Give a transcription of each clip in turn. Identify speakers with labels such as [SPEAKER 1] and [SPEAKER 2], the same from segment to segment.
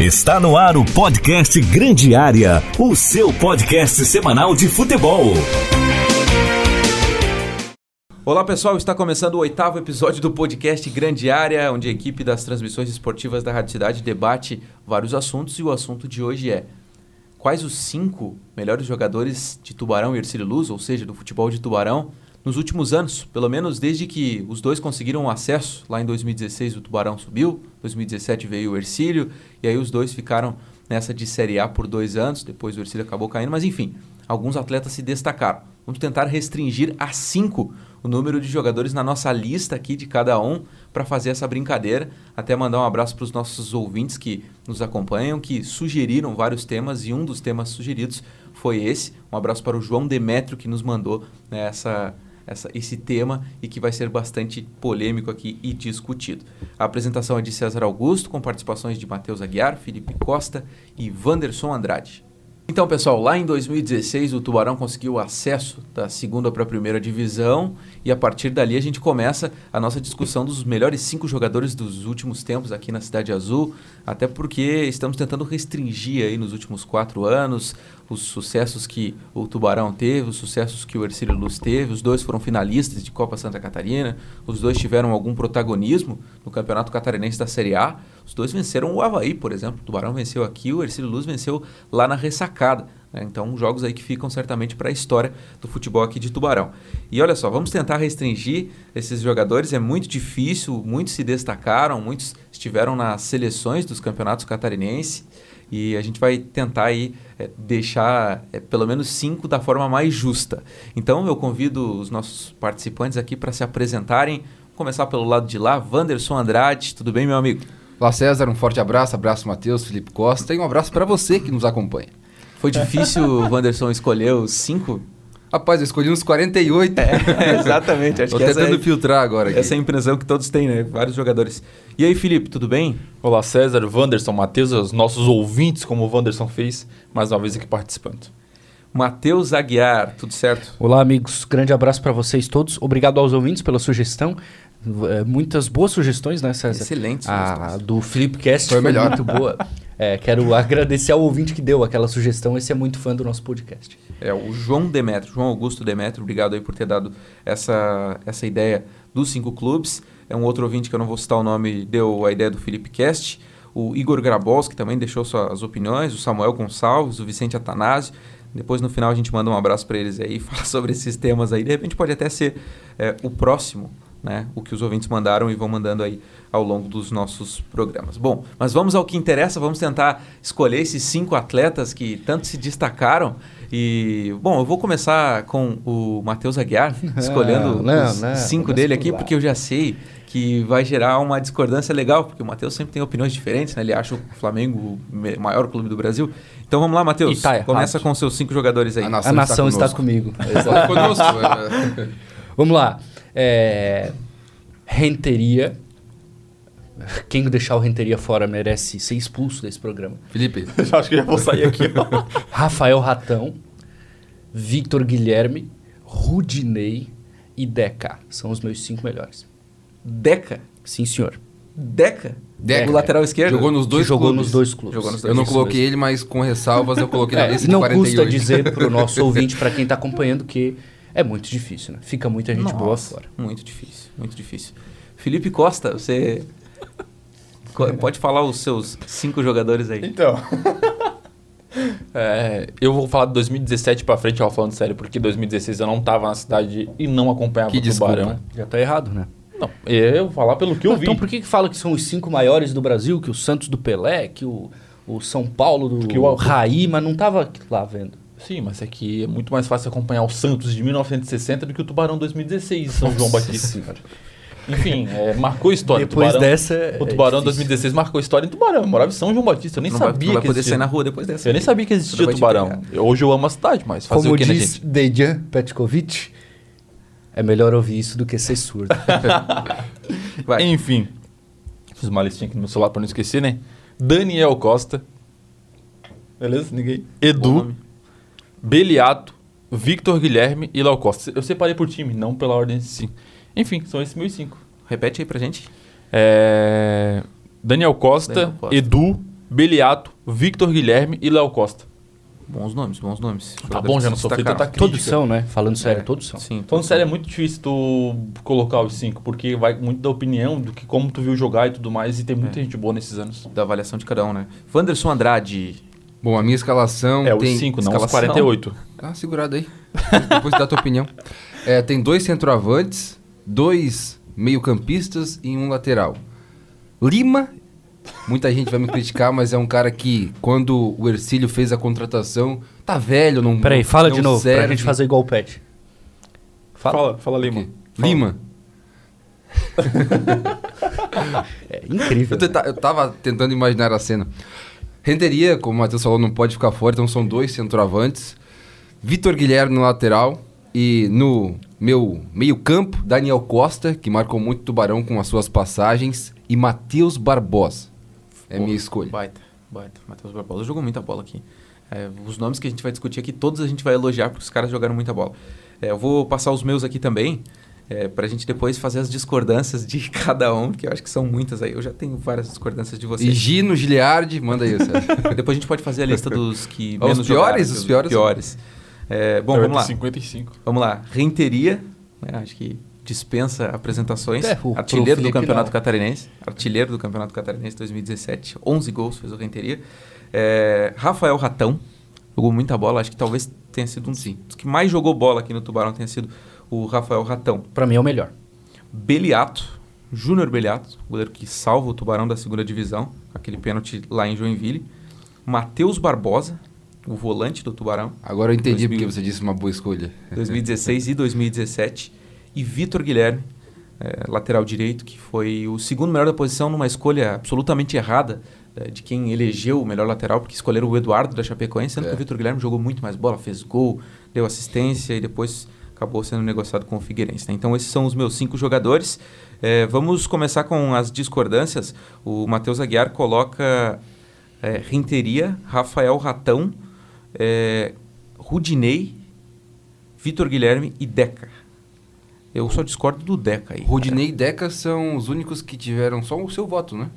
[SPEAKER 1] Está no ar o podcast Grande Área, o seu podcast semanal de futebol.
[SPEAKER 2] Olá pessoal, está começando o oitavo episódio do podcast Grande Área, onde a equipe das transmissões esportivas da Rádio Cidade debate vários assuntos e o assunto de hoje é quais os cinco melhores jogadores de Tubarão e Ercílio Luz, ou seja, do futebol de Tubarão, nos últimos anos, pelo menos desde que os dois conseguiram um acesso. Lá em 2016 o Tubarão subiu, 2017 veio o Ercílio, e aí os dois ficaram nessa de Série A por dois anos, depois o Ercílio acabou caindo, mas enfim, alguns atletas se destacaram. Vamos tentar restringir a cinco o número de jogadores na nossa lista aqui de cada um para fazer essa brincadeira. Até mandar um abraço para os nossos ouvintes que nos acompanham, que sugeriram vários temas e um dos temas sugeridos foi esse. Um abraço para o João Demétrio que nos mandou né, essa, essa, esse tema e que vai ser bastante polêmico aqui e discutido. A apresentação é de César Augusto, com participações de Matheus Aguiar, Felipe Costa e Wanderson Andrade. Então, pessoal, lá em 2016 o Tubarão conseguiu acesso da segunda para a primeira divisão e a partir dali a gente começa a nossa discussão dos melhores cinco jogadores dos últimos tempos aqui na Cidade Azul, até porque estamos tentando restringir aí nos últimos quatro anos os sucessos que o Tubarão teve, os sucessos que o Ercílio Luz teve, os dois foram finalistas de Copa Santa Catarina, os dois tiveram algum protagonismo no Campeonato Catarinense da Série A, os dois venceram o Havaí, por exemplo, o Tubarão venceu aqui, o Ercílio Luz venceu lá na ressacada. Né? Então, jogos aí que ficam certamente para a história do futebol aqui de Tubarão. E olha só, vamos tentar restringir esses jogadores, é muito difícil, muitos se destacaram, muitos estiveram nas seleções dos campeonatos catarinenses e a gente vai tentar aí é, deixar é, pelo menos cinco da forma mais justa. Então eu convido os nossos participantes aqui para se apresentarem. Vou começar pelo lado de lá, Wanderson Andrade, tudo bem meu amigo?
[SPEAKER 3] Olá César, um forte abraço, abraço Matheus, Felipe Costa e um abraço para você que nos acompanha.
[SPEAKER 2] Foi difícil, Wanderson, escolher os cinco?
[SPEAKER 3] Rapaz, eu escolhi uns 48.
[SPEAKER 2] É, exatamente. Acho
[SPEAKER 3] Tô tentando
[SPEAKER 2] é,
[SPEAKER 3] filtrar agora aqui.
[SPEAKER 2] Essa é a impressão que todos têm, né? Vários jogadores. E aí, Felipe, tudo bem?
[SPEAKER 4] Olá, César, Wanderson, Matheus, os nossos ouvintes, como o Wanderson fez, mais uma vez aqui participando.
[SPEAKER 2] Matheus Aguiar, tudo certo?
[SPEAKER 5] Olá, amigos. Grande abraço para vocês todos. Obrigado aos ouvintes pela sugestão. É, muitas boas sugestões, né, César?
[SPEAKER 2] Excelente.
[SPEAKER 5] A do Felipe Cast
[SPEAKER 3] Foi
[SPEAKER 5] foi,
[SPEAKER 3] melhor.
[SPEAKER 5] muito boa. É, quero agradecer ao ouvinte que deu aquela sugestão. Esse é muito fã do nosso podcast.
[SPEAKER 2] É o João Demetrio, João Augusto Demetrio, obrigado aí por ter dado essa, essa ideia dos cinco clubes. É um outro ouvinte que eu não vou citar o nome, deu a ideia do Felipe Cast. O Igor Grabowski também deixou suas opiniões, o Samuel Gonçalves, o Vicente Atanásio. Depois no final a gente manda um abraço para eles aí, fala sobre esses temas aí. De repente pode até ser é, o próximo, né? O que os ouvintes mandaram e vão mandando aí ao longo dos nossos programas. Bom, mas vamos ao que interessa, vamos tentar escolher esses cinco atletas que tanto se destacaram. E, bom, eu vou começar com o Matheus Aguiar, escolhendo
[SPEAKER 3] não,
[SPEAKER 2] os
[SPEAKER 3] não,
[SPEAKER 2] cinco
[SPEAKER 3] É, né, começa
[SPEAKER 2] dele
[SPEAKER 3] por
[SPEAKER 2] aqui,
[SPEAKER 3] lá.
[SPEAKER 2] porque eu já sei que vai gerar uma discordância legal, porque o Matheus sempre tem opiniões diferentes, né? Ele acha o Flamengo o me- maior clube do Brasil. Então vamos lá, Matheus.
[SPEAKER 5] E tá errado.
[SPEAKER 2] Começa com os seus cinco jogadores aí.
[SPEAKER 5] A nação está, comigo.
[SPEAKER 3] Está conosco. é.
[SPEAKER 5] Vamos lá. É... Renteria. Quem deixar o Renteria fora merece ser expulso desse programa.
[SPEAKER 3] Felipe,
[SPEAKER 4] Já acho que já vou sair aqui.
[SPEAKER 5] Rafael Ratão, Victor Guilherme, Rudinei e Deca. São os meus cinco melhores.
[SPEAKER 2] Deca.
[SPEAKER 5] Sim, senhor.
[SPEAKER 2] Deca.
[SPEAKER 3] Deca.
[SPEAKER 2] O lateral esquerdo.
[SPEAKER 3] jogou nos dois
[SPEAKER 5] que jogou
[SPEAKER 3] clubes.
[SPEAKER 5] nos dois clubes.
[SPEAKER 2] Jogou nos dois.
[SPEAKER 3] Eu não
[SPEAKER 5] Isso
[SPEAKER 3] coloquei ele, mas com ressalvas eu coloquei na
[SPEAKER 5] É,
[SPEAKER 3] lista de
[SPEAKER 5] não
[SPEAKER 3] 48.
[SPEAKER 5] custa dizer pro nosso ouvinte, pra quem tá acompanhando, que é muito difícil, né? Fica muita gente boa
[SPEAKER 2] Nossa,
[SPEAKER 5] fora.
[SPEAKER 2] Muito difícil, muito difícil. Felipe Costa, você co- pode falar os seus cinco jogadores aí.
[SPEAKER 4] Então. É, eu vou falar de 2017 pra frente, ó, falando sério, porque 2016 eu não tava na cidade e não acompanhava
[SPEAKER 3] Que
[SPEAKER 4] o Tubarão.
[SPEAKER 3] desculpa.
[SPEAKER 5] Já tá errado, né?
[SPEAKER 4] Não, eu vou falar pelo que eu vi.
[SPEAKER 5] Então por que, que fala que são os cinco maiores do Brasil, que o Santos do Pelé, que o, o São Paulo do
[SPEAKER 4] Que o-
[SPEAKER 5] Raí, mas não tava lá vendo?
[SPEAKER 4] Sim, mas é que é muito mais fácil acompanhar o Santos de 1960 do que o Tubarão 2016 em São João Batista. Enfim, é, marcou a história.
[SPEAKER 5] Depois
[SPEAKER 4] o Tubarão,
[SPEAKER 5] dessa,
[SPEAKER 4] O
[SPEAKER 5] é
[SPEAKER 4] Tubarão
[SPEAKER 5] difícil.
[SPEAKER 4] 2016 marcou a história em Tubarão. Eu morava em São João Batista. Eu nem
[SPEAKER 2] não vai,
[SPEAKER 4] sabia
[SPEAKER 2] não vai
[SPEAKER 4] que
[SPEAKER 2] poder
[SPEAKER 4] existia.
[SPEAKER 2] sair na rua depois dessa. né?
[SPEAKER 4] Eu nem sabia que existia
[SPEAKER 2] Tudo vai te
[SPEAKER 4] Tubarão. Eu- Hoje eu amo a cidade, mas fazer
[SPEAKER 5] Como
[SPEAKER 4] o que, né,
[SPEAKER 5] diz
[SPEAKER 4] gente?
[SPEAKER 5] Dejan Petkovic, é melhor ouvir isso do que ser surdo.
[SPEAKER 2] Vai.
[SPEAKER 4] Enfim. Fiz uma listinha aqui no meu celular pra não esquecer, né? Daniel Costa. Beleza? Ninguém. Edu. Beliato. Victor Guilherme e Léo Costa. Eu separei por time, não pela ordem em si. Enfim, são esses meus cinco.
[SPEAKER 2] Repete aí pra gente.
[SPEAKER 4] É, Daniel, Costa,
[SPEAKER 2] Daniel Costa.
[SPEAKER 4] Edu, Beliato, Victor Guilherme e Léo Costa.
[SPEAKER 2] Bons nomes, bons nomes.
[SPEAKER 4] Tá
[SPEAKER 2] Jogadores
[SPEAKER 4] bom,
[SPEAKER 2] que
[SPEAKER 4] já não
[SPEAKER 2] se
[SPEAKER 4] sou feito
[SPEAKER 2] destacaram.
[SPEAKER 4] tanta crítica.
[SPEAKER 5] Todos são, né? Falando sério,
[SPEAKER 4] É.
[SPEAKER 5] todos são.
[SPEAKER 2] Sim.
[SPEAKER 4] Falando sério, é muito difícil tu colocar os cinco, porque vai muito da opinião do que como tu viu jogar e tudo mais, e tem muita gente boa nesses anos.
[SPEAKER 2] Da avaliação de cada um, né? Wanderson Andrade.
[SPEAKER 3] Bom, a minha escalação
[SPEAKER 4] É,
[SPEAKER 3] tem...
[SPEAKER 4] os cinco, não os
[SPEAKER 2] escalação.
[SPEAKER 4] 48.
[SPEAKER 3] Dá uma segurada aí. Depois dá a tua opinião. É, tem dois centroavantes, dois meio-campistas e um lateral. Lima, muita gente vai me criticar, mas é um cara que, quando o Ercílio fez a contratação, tá velho, não.
[SPEAKER 5] Peraí, fala
[SPEAKER 3] não
[SPEAKER 5] de novo, pra
[SPEAKER 3] serve.
[SPEAKER 5] gente fazer igual o Pet. Fala.
[SPEAKER 4] Fala, fala Lima.
[SPEAKER 3] Aqui. Lima.
[SPEAKER 5] É incrível.
[SPEAKER 3] Eu, tenta- eu tava tentando imaginar a cena. Renderia, como o Matheus falou, não pode ficar fora, então são dois centroavantes. Vitor Guilherme no lateral e no meu meio-campo, Daniel Costa, que marcou muito Tubarão com as suas passagens, e Matheus Barbosa. É minha escolha.
[SPEAKER 2] Baita, baita. Matheus Barbosa jogou muita bola aqui. É, os nomes que a gente vai discutir aqui, todos a gente vai elogiar porque os caras jogaram muita bola. É, eu vou passar os meus aqui também, é, pra gente depois fazer as discordâncias de cada um, que eu acho que são muitas aí. Eu já tenho várias discordâncias de
[SPEAKER 3] E
[SPEAKER 2] vocês.
[SPEAKER 3] Gino Giliardi, manda aí, Sérgio.
[SPEAKER 2] Depois a gente pode fazer a lista dos que
[SPEAKER 3] Ah, os
[SPEAKER 2] menos
[SPEAKER 3] piores?
[SPEAKER 2] jogaram,
[SPEAKER 3] Os piores?
[SPEAKER 2] É, bom,
[SPEAKER 4] Vai
[SPEAKER 2] vamos
[SPEAKER 4] ter
[SPEAKER 2] lá.
[SPEAKER 4] 55.
[SPEAKER 2] Vamos lá. Renteria, né, acho que dispensa apresentações.
[SPEAKER 5] É, o- pro
[SPEAKER 2] artilheiro do
[SPEAKER 5] Felipe
[SPEAKER 2] Campeonato
[SPEAKER 5] não.
[SPEAKER 2] Catarinense. Artilheiro do Campeonato Catarinense 2017. 11 gols fez o Renteria. É, Rafael Ratão. Jogou muita bola. Acho que talvez tenha sido um dos que mais jogou bola aqui no Tubarão tenha sido o Rafael Ratão.
[SPEAKER 5] Pra mim é o melhor.
[SPEAKER 2] Beliato, Júnior Beliato, goleiro que salva o Tubarão da segunda divisão, com aquele pênalti lá em Joinville. Matheus Barbosa, o volante do Tubarão,
[SPEAKER 3] Agora eu entendi
[SPEAKER 2] 2000.
[SPEAKER 3] porque você disse uma boa escolha.
[SPEAKER 2] 2016 e 2017. E Vitor Guilherme, eh, lateral direito, que foi o segundo melhor da posição numa escolha absolutamente errada eh, de quem elegeu o melhor lateral, porque escolheram o Eduardo da Chapecoense, sendo que o Vitor Guilherme jogou muito mais bola, fez gol, deu assistência e depois acabou sendo negociado com o Figueirense. né? Então esses são os meus cinco jogadores. Eh, vamos começar com as discordâncias. O Matheus Aguiar coloca eh, Rinteria, Rafael Ratão, eh, Rudinei Vitor Guilherme e Deca. Eu só discordo do Deca aí.
[SPEAKER 3] Rodinei e Deca são os únicos que tiveram só o seu voto, né?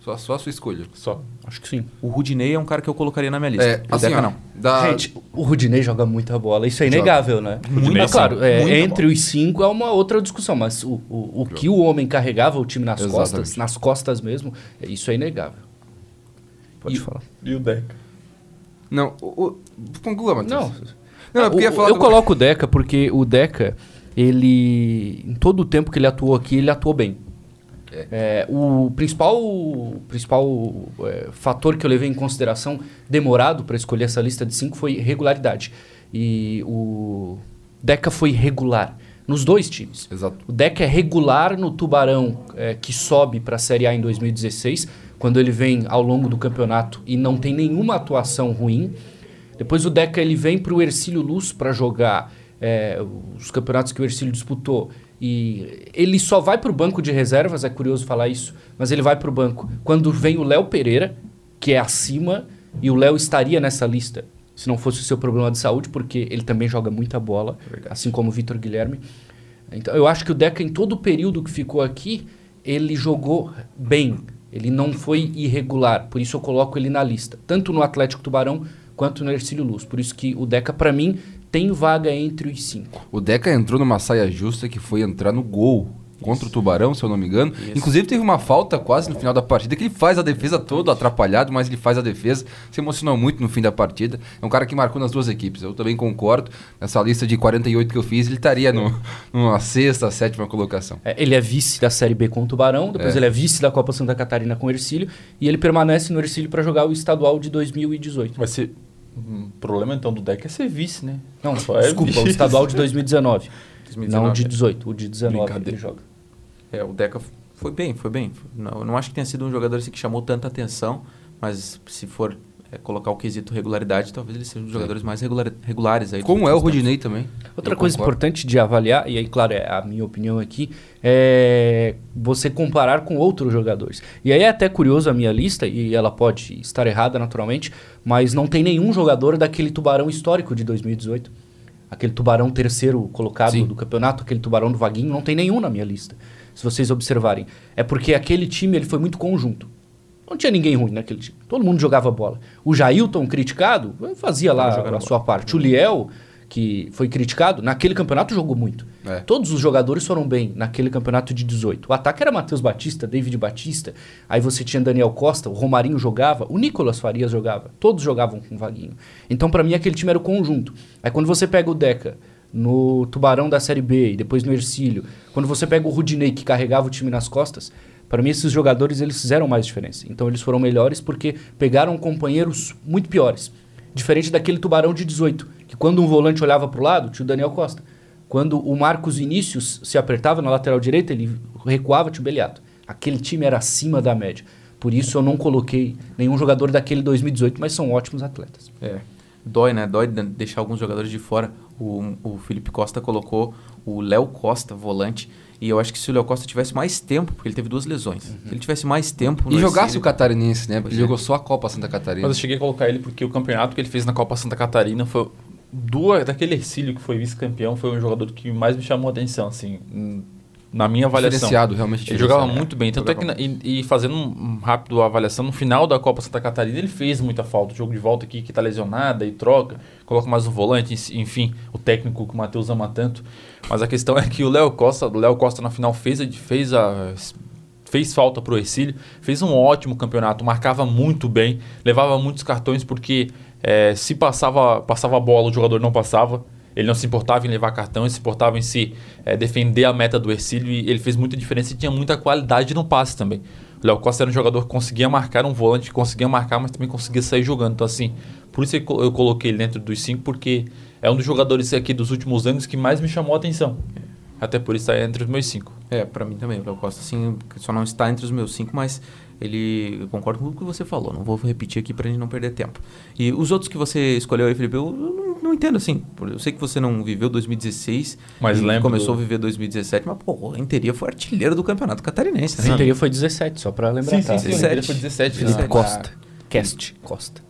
[SPEAKER 3] Só, só a sua escolha.
[SPEAKER 4] Só.
[SPEAKER 5] Acho que sim.
[SPEAKER 2] O Rudinei é um cara que eu colocaria na minha lista.
[SPEAKER 3] É,
[SPEAKER 2] o
[SPEAKER 3] assim,
[SPEAKER 2] Deca
[SPEAKER 3] ó,
[SPEAKER 2] não.
[SPEAKER 3] da-
[SPEAKER 5] Gente, o Rudinei joga muita bola. Isso é
[SPEAKER 3] Joga.
[SPEAKER 5] inegável, né?
[SPEAKER 4] Rudinei,
[SPEAKER 5] Mas, claro,
[SPEAKER 4] sim.
[SPEAKER 5] é,
[SPEAKER 2] Muita
[SPEAKER 5] entre os cinco é uma outra discussão, mas o, o, o que o homem carregava o time nas
[SPEAKER 3] Exatamente.
[SPEAKER 5] costas, nas costas mesmo, é- isso é inegável. Pode
[SPEAKER 2] E-
[SPEAKER 5] falar.
[SPEAKER 4] E o Deca.
[SPEAKER 3] Não, o, o, conclua, Matheus.
[SPEAKER 5] Não,
[SPEAKER 3] Não, é
[SPEAKER 5] Ah,
[SPEAKER 3] porque ia
[SPEAKER 5] o-
[SPEAKER 3] falar
[SPEAKER 5] eu
[SPEAKER 3] do-
[SPEAKER 5] coloco o Deca porque o Deca, ele. Em todo o tempo que ele atuou aqui, ele atuou bem. É, o principal, o principal é, fator que eu levei em consideração, demorado para escolher essa lista de cinco, foi regularidade. E o Deca foi regular nos dois times.
[SPEAKER 3] Exato.
[SPEAKER 5] O Deca é regular no Tubarão, é, que sobe para a Série A em 2016, quando ele vem ao longo do campeonato e não tem nenhuma atuação ruim. Depois o Deca ele vem para o Ercílio Luz para jogar é, os campeonatos que o Ercílio disputou. E ele só vai para o banco de reservas, é curioso falar isso, mas ele vai para o banco quando vem o Léo Pereira, que é acima, e o Léo estaria nessa lista se não fosse o seu problema de saúde, porque ele também joga muita bola, assim como o Vitor Guilherme. Então, eu acho que o Deca, em todo o período que ficou aqui, ele jogou bem. Ele não foi irregular. Por isso eu coloco ele na lista. Tanto no Atlético Tubarão quanto no Ercílio Luz. Por isso que o Deca, pra mim, tem vaga entre os cinco.
[SPEAKER 3] O Deca entrou numa saia justa que foi entrar no gol contra o Tubarão, se eu não me engano. Inclusive teve uma falta quase no final da partida que ele faz a defesa todo atrapalhado, mas ele faz a defesa. Se emocionou muito no fim da partida. É um cara que marcou nas duas equipes. Eu também concordo. Nessa lista de 48 que eu fiz, ele estaria no, numa sexta, sétima colocação.
[SPEAKER 5] É, ele é vice da Série B com o Tubarão, depois ele é vice da Copa Santa Catarina com o Ercílio, e ele permanece no Ercílio pra jogar o estadual de 2018.
[SPEAKER 4] Vai ser. hum, O problema então do Deca é ser vice, né?
[SPEAKER 5] Não,
[SPEAKER 4] Só é
[SPEAKER 5] desculpa, o
[SPEAKER 4] vice.
[SPEAKER 5] estadual de 2019.
[SPEAKER 2] 2019,
[SPEAKER 5] não o de
[SPEAKER 2] é.
[SPEAKER 5] 18, o de 19 ele
[SPEAKER 4] Brincadeira.
[SPEAKER 5] joga.
[SPEAKER 2] É, o Deca f- foi bem, foi bem. Não, eu não acho que tenha sido um jogador assim, que chamou tanta atenção, mas se for é, colocar o quesito regularidade, talvez ele seja um dos jogadores mais regular- regulares aí. dos
[SPEAKER 3] É. Como é o
[SPEAKER 2] últimos
[SPEAKER 3] Rodinei também.
[SPEAKER 5] Outra
[SPEAKER 3] Eu
[SPEAKER 5] coisa
[SPEAKER 3] concordo.
[SPEAKER 5] importante de avaliar, e aí, claro, é a minha opinião aqui, é você comparar com outros jogadores. E aí é até curioso a minha lista, e ela pode estar errada naturalmente, mas não tem nenhum jogador daquele tubarão histórico de 2018. Aquele tubarão terceiro colocado
[SPEAKER 3] Sim.
[SPEAKER 5] do campeonato, aquele tubarão do Vaguinho, não tem nenhum na minha lista. Se vocês observarem. É porque aquele time ele foi muito conjunto. Não tinha ninguém ruim naquele time. Todo mundo jogava bola. O Jailton, criticado, fazia lá a sua parte. O Liel, que foi criticado, naquele campeonato jogou muito.
[SPEAKER 3] É.
[SPEAKER 5] Todos os jogadores foram bem naquele campeonato de 18. O ataque era Matheus Batista, David Batista. Aí você tinha Daniel Costa, o Romarinho jogava, o Nicolas Farias jogava. Todos jogavam com o Vaguinho. Então, pra mim, aquele time era o conjunto. Aí quando você pega o Deca no Tubarão da Série B e depois no Ercílio, quando você pega o Rudinei, que carregava o time nas costas, para mim, esses jogadores eles fizeram mais diferença. Então, eles foram melhores porque pegaram companheiros muito piores. Diferente daquele tubarão de 18, que quando um volante olhava para o lado, tinha o Daniel Costa. Quando o Marcos Vinícius se apertava na lateral direita, ele recuava, tinha o Beliato. Aquele time era acima da média. Por isso, eu não coloquei nenhum jogador daquele 2018, mas são ótimos atletas.
[SPEAKER 2] É. Dói, né? Dói de- deixar alguns jogadores de fora. O, o Felipe Costa colocou o Léo Costa, volante. E eu acho que se o Léo Costa tivesse mais tempo, porque ele teve duas lesões. Se ele tivesse mais tempo.
[SPEAKER 3] Uhum. E
[SPEAKER 2] no
[SPEAKER 3] jogasse o
[SPEAKER 2] Ercílio-
[SPEAKER 3] Catarinense, né? Porque
[SPEAKER 2] Pois é.
[SPEAKER 3] ele jogou só a Copa Santa Catarina.
[SPEAKER 4] Mas eu cheguei a colocar ele porque o campeonato que ele fez na Copa Santa Catarina foi duas daquele Ercílio que foi vice-campeão, foi um jogador que mais me chamou a atenção, assim, n- na minha avaliação.
[SPEAKER 3] Diferenciado, realmente
[SPEAKER 4] Ele jogava
[SPEAKER 3] diferenciado.
[SPEAKER 4] muito bem. Tanto é que, na- e, e fazendo um um rápido avaliação, no final da Copa Santa Catarina ele fez muita falta. O jogo de volta aqui que tá lesionada e troca, coloca mais um volante, ens- enfim, o técnico que o Matheus ama tanto. Mas a questão é que o Léo Costa, o Léo Costa na final fez, a- fez a. Fez falta pro Ercílio, fez um ótimo campeonato, marcava muito bem, levava muitos cartões porque eh, se passava, passava a bola, o jogador não passava. Ele não se importava em levar cartão, ele se importava em se eh, defender a meta do Ercílio e ele fez muita diferença e tinha muita qualidade no passe também. O Léo Costa era um jogador que conseguia marcar um volante, conseguia marcar, mas também conseguia sair jogando. Então, assim, por isso que eu coloquei ele dentro dos cinco, porque é um dos jogadores aqui dos últimos anos que mais me chamou a atenção. Até por isso está entre os meus cinco.
[SPEAKER 2] É, pra mim também. O Léo Costa, assim, só não está entre os meus cinco, mas ele. Eu concordo com tudo que você falou. Não vou repetir aqui pra gente não perder tempo. E os outros que você escolheu aí, Felipe, eu não, não entendo, assim. por- Eu sei que você não viveu 2016.
[SPEAKER 4] Mas
[SPEAKER 2] e
[SPEAKER 4] lembro
[SPEAKER 2] Começou
[SPEAKER 4] do-
[SPEAKER 2] a viver 2017, mas, pô, a Interia foi artilheiro do Campeonato Catarinense, né?
[SPEAKER 5] A interior foi 17, só para lembrar. tá?
[SPEAKER 2] sim. Ele foi
[SPEAKER 4] 17,
[SPEAKER 2] Felipe
[SPEAKER 3] Costa.
[SPEAKER 5] Ah, Cast, Costa.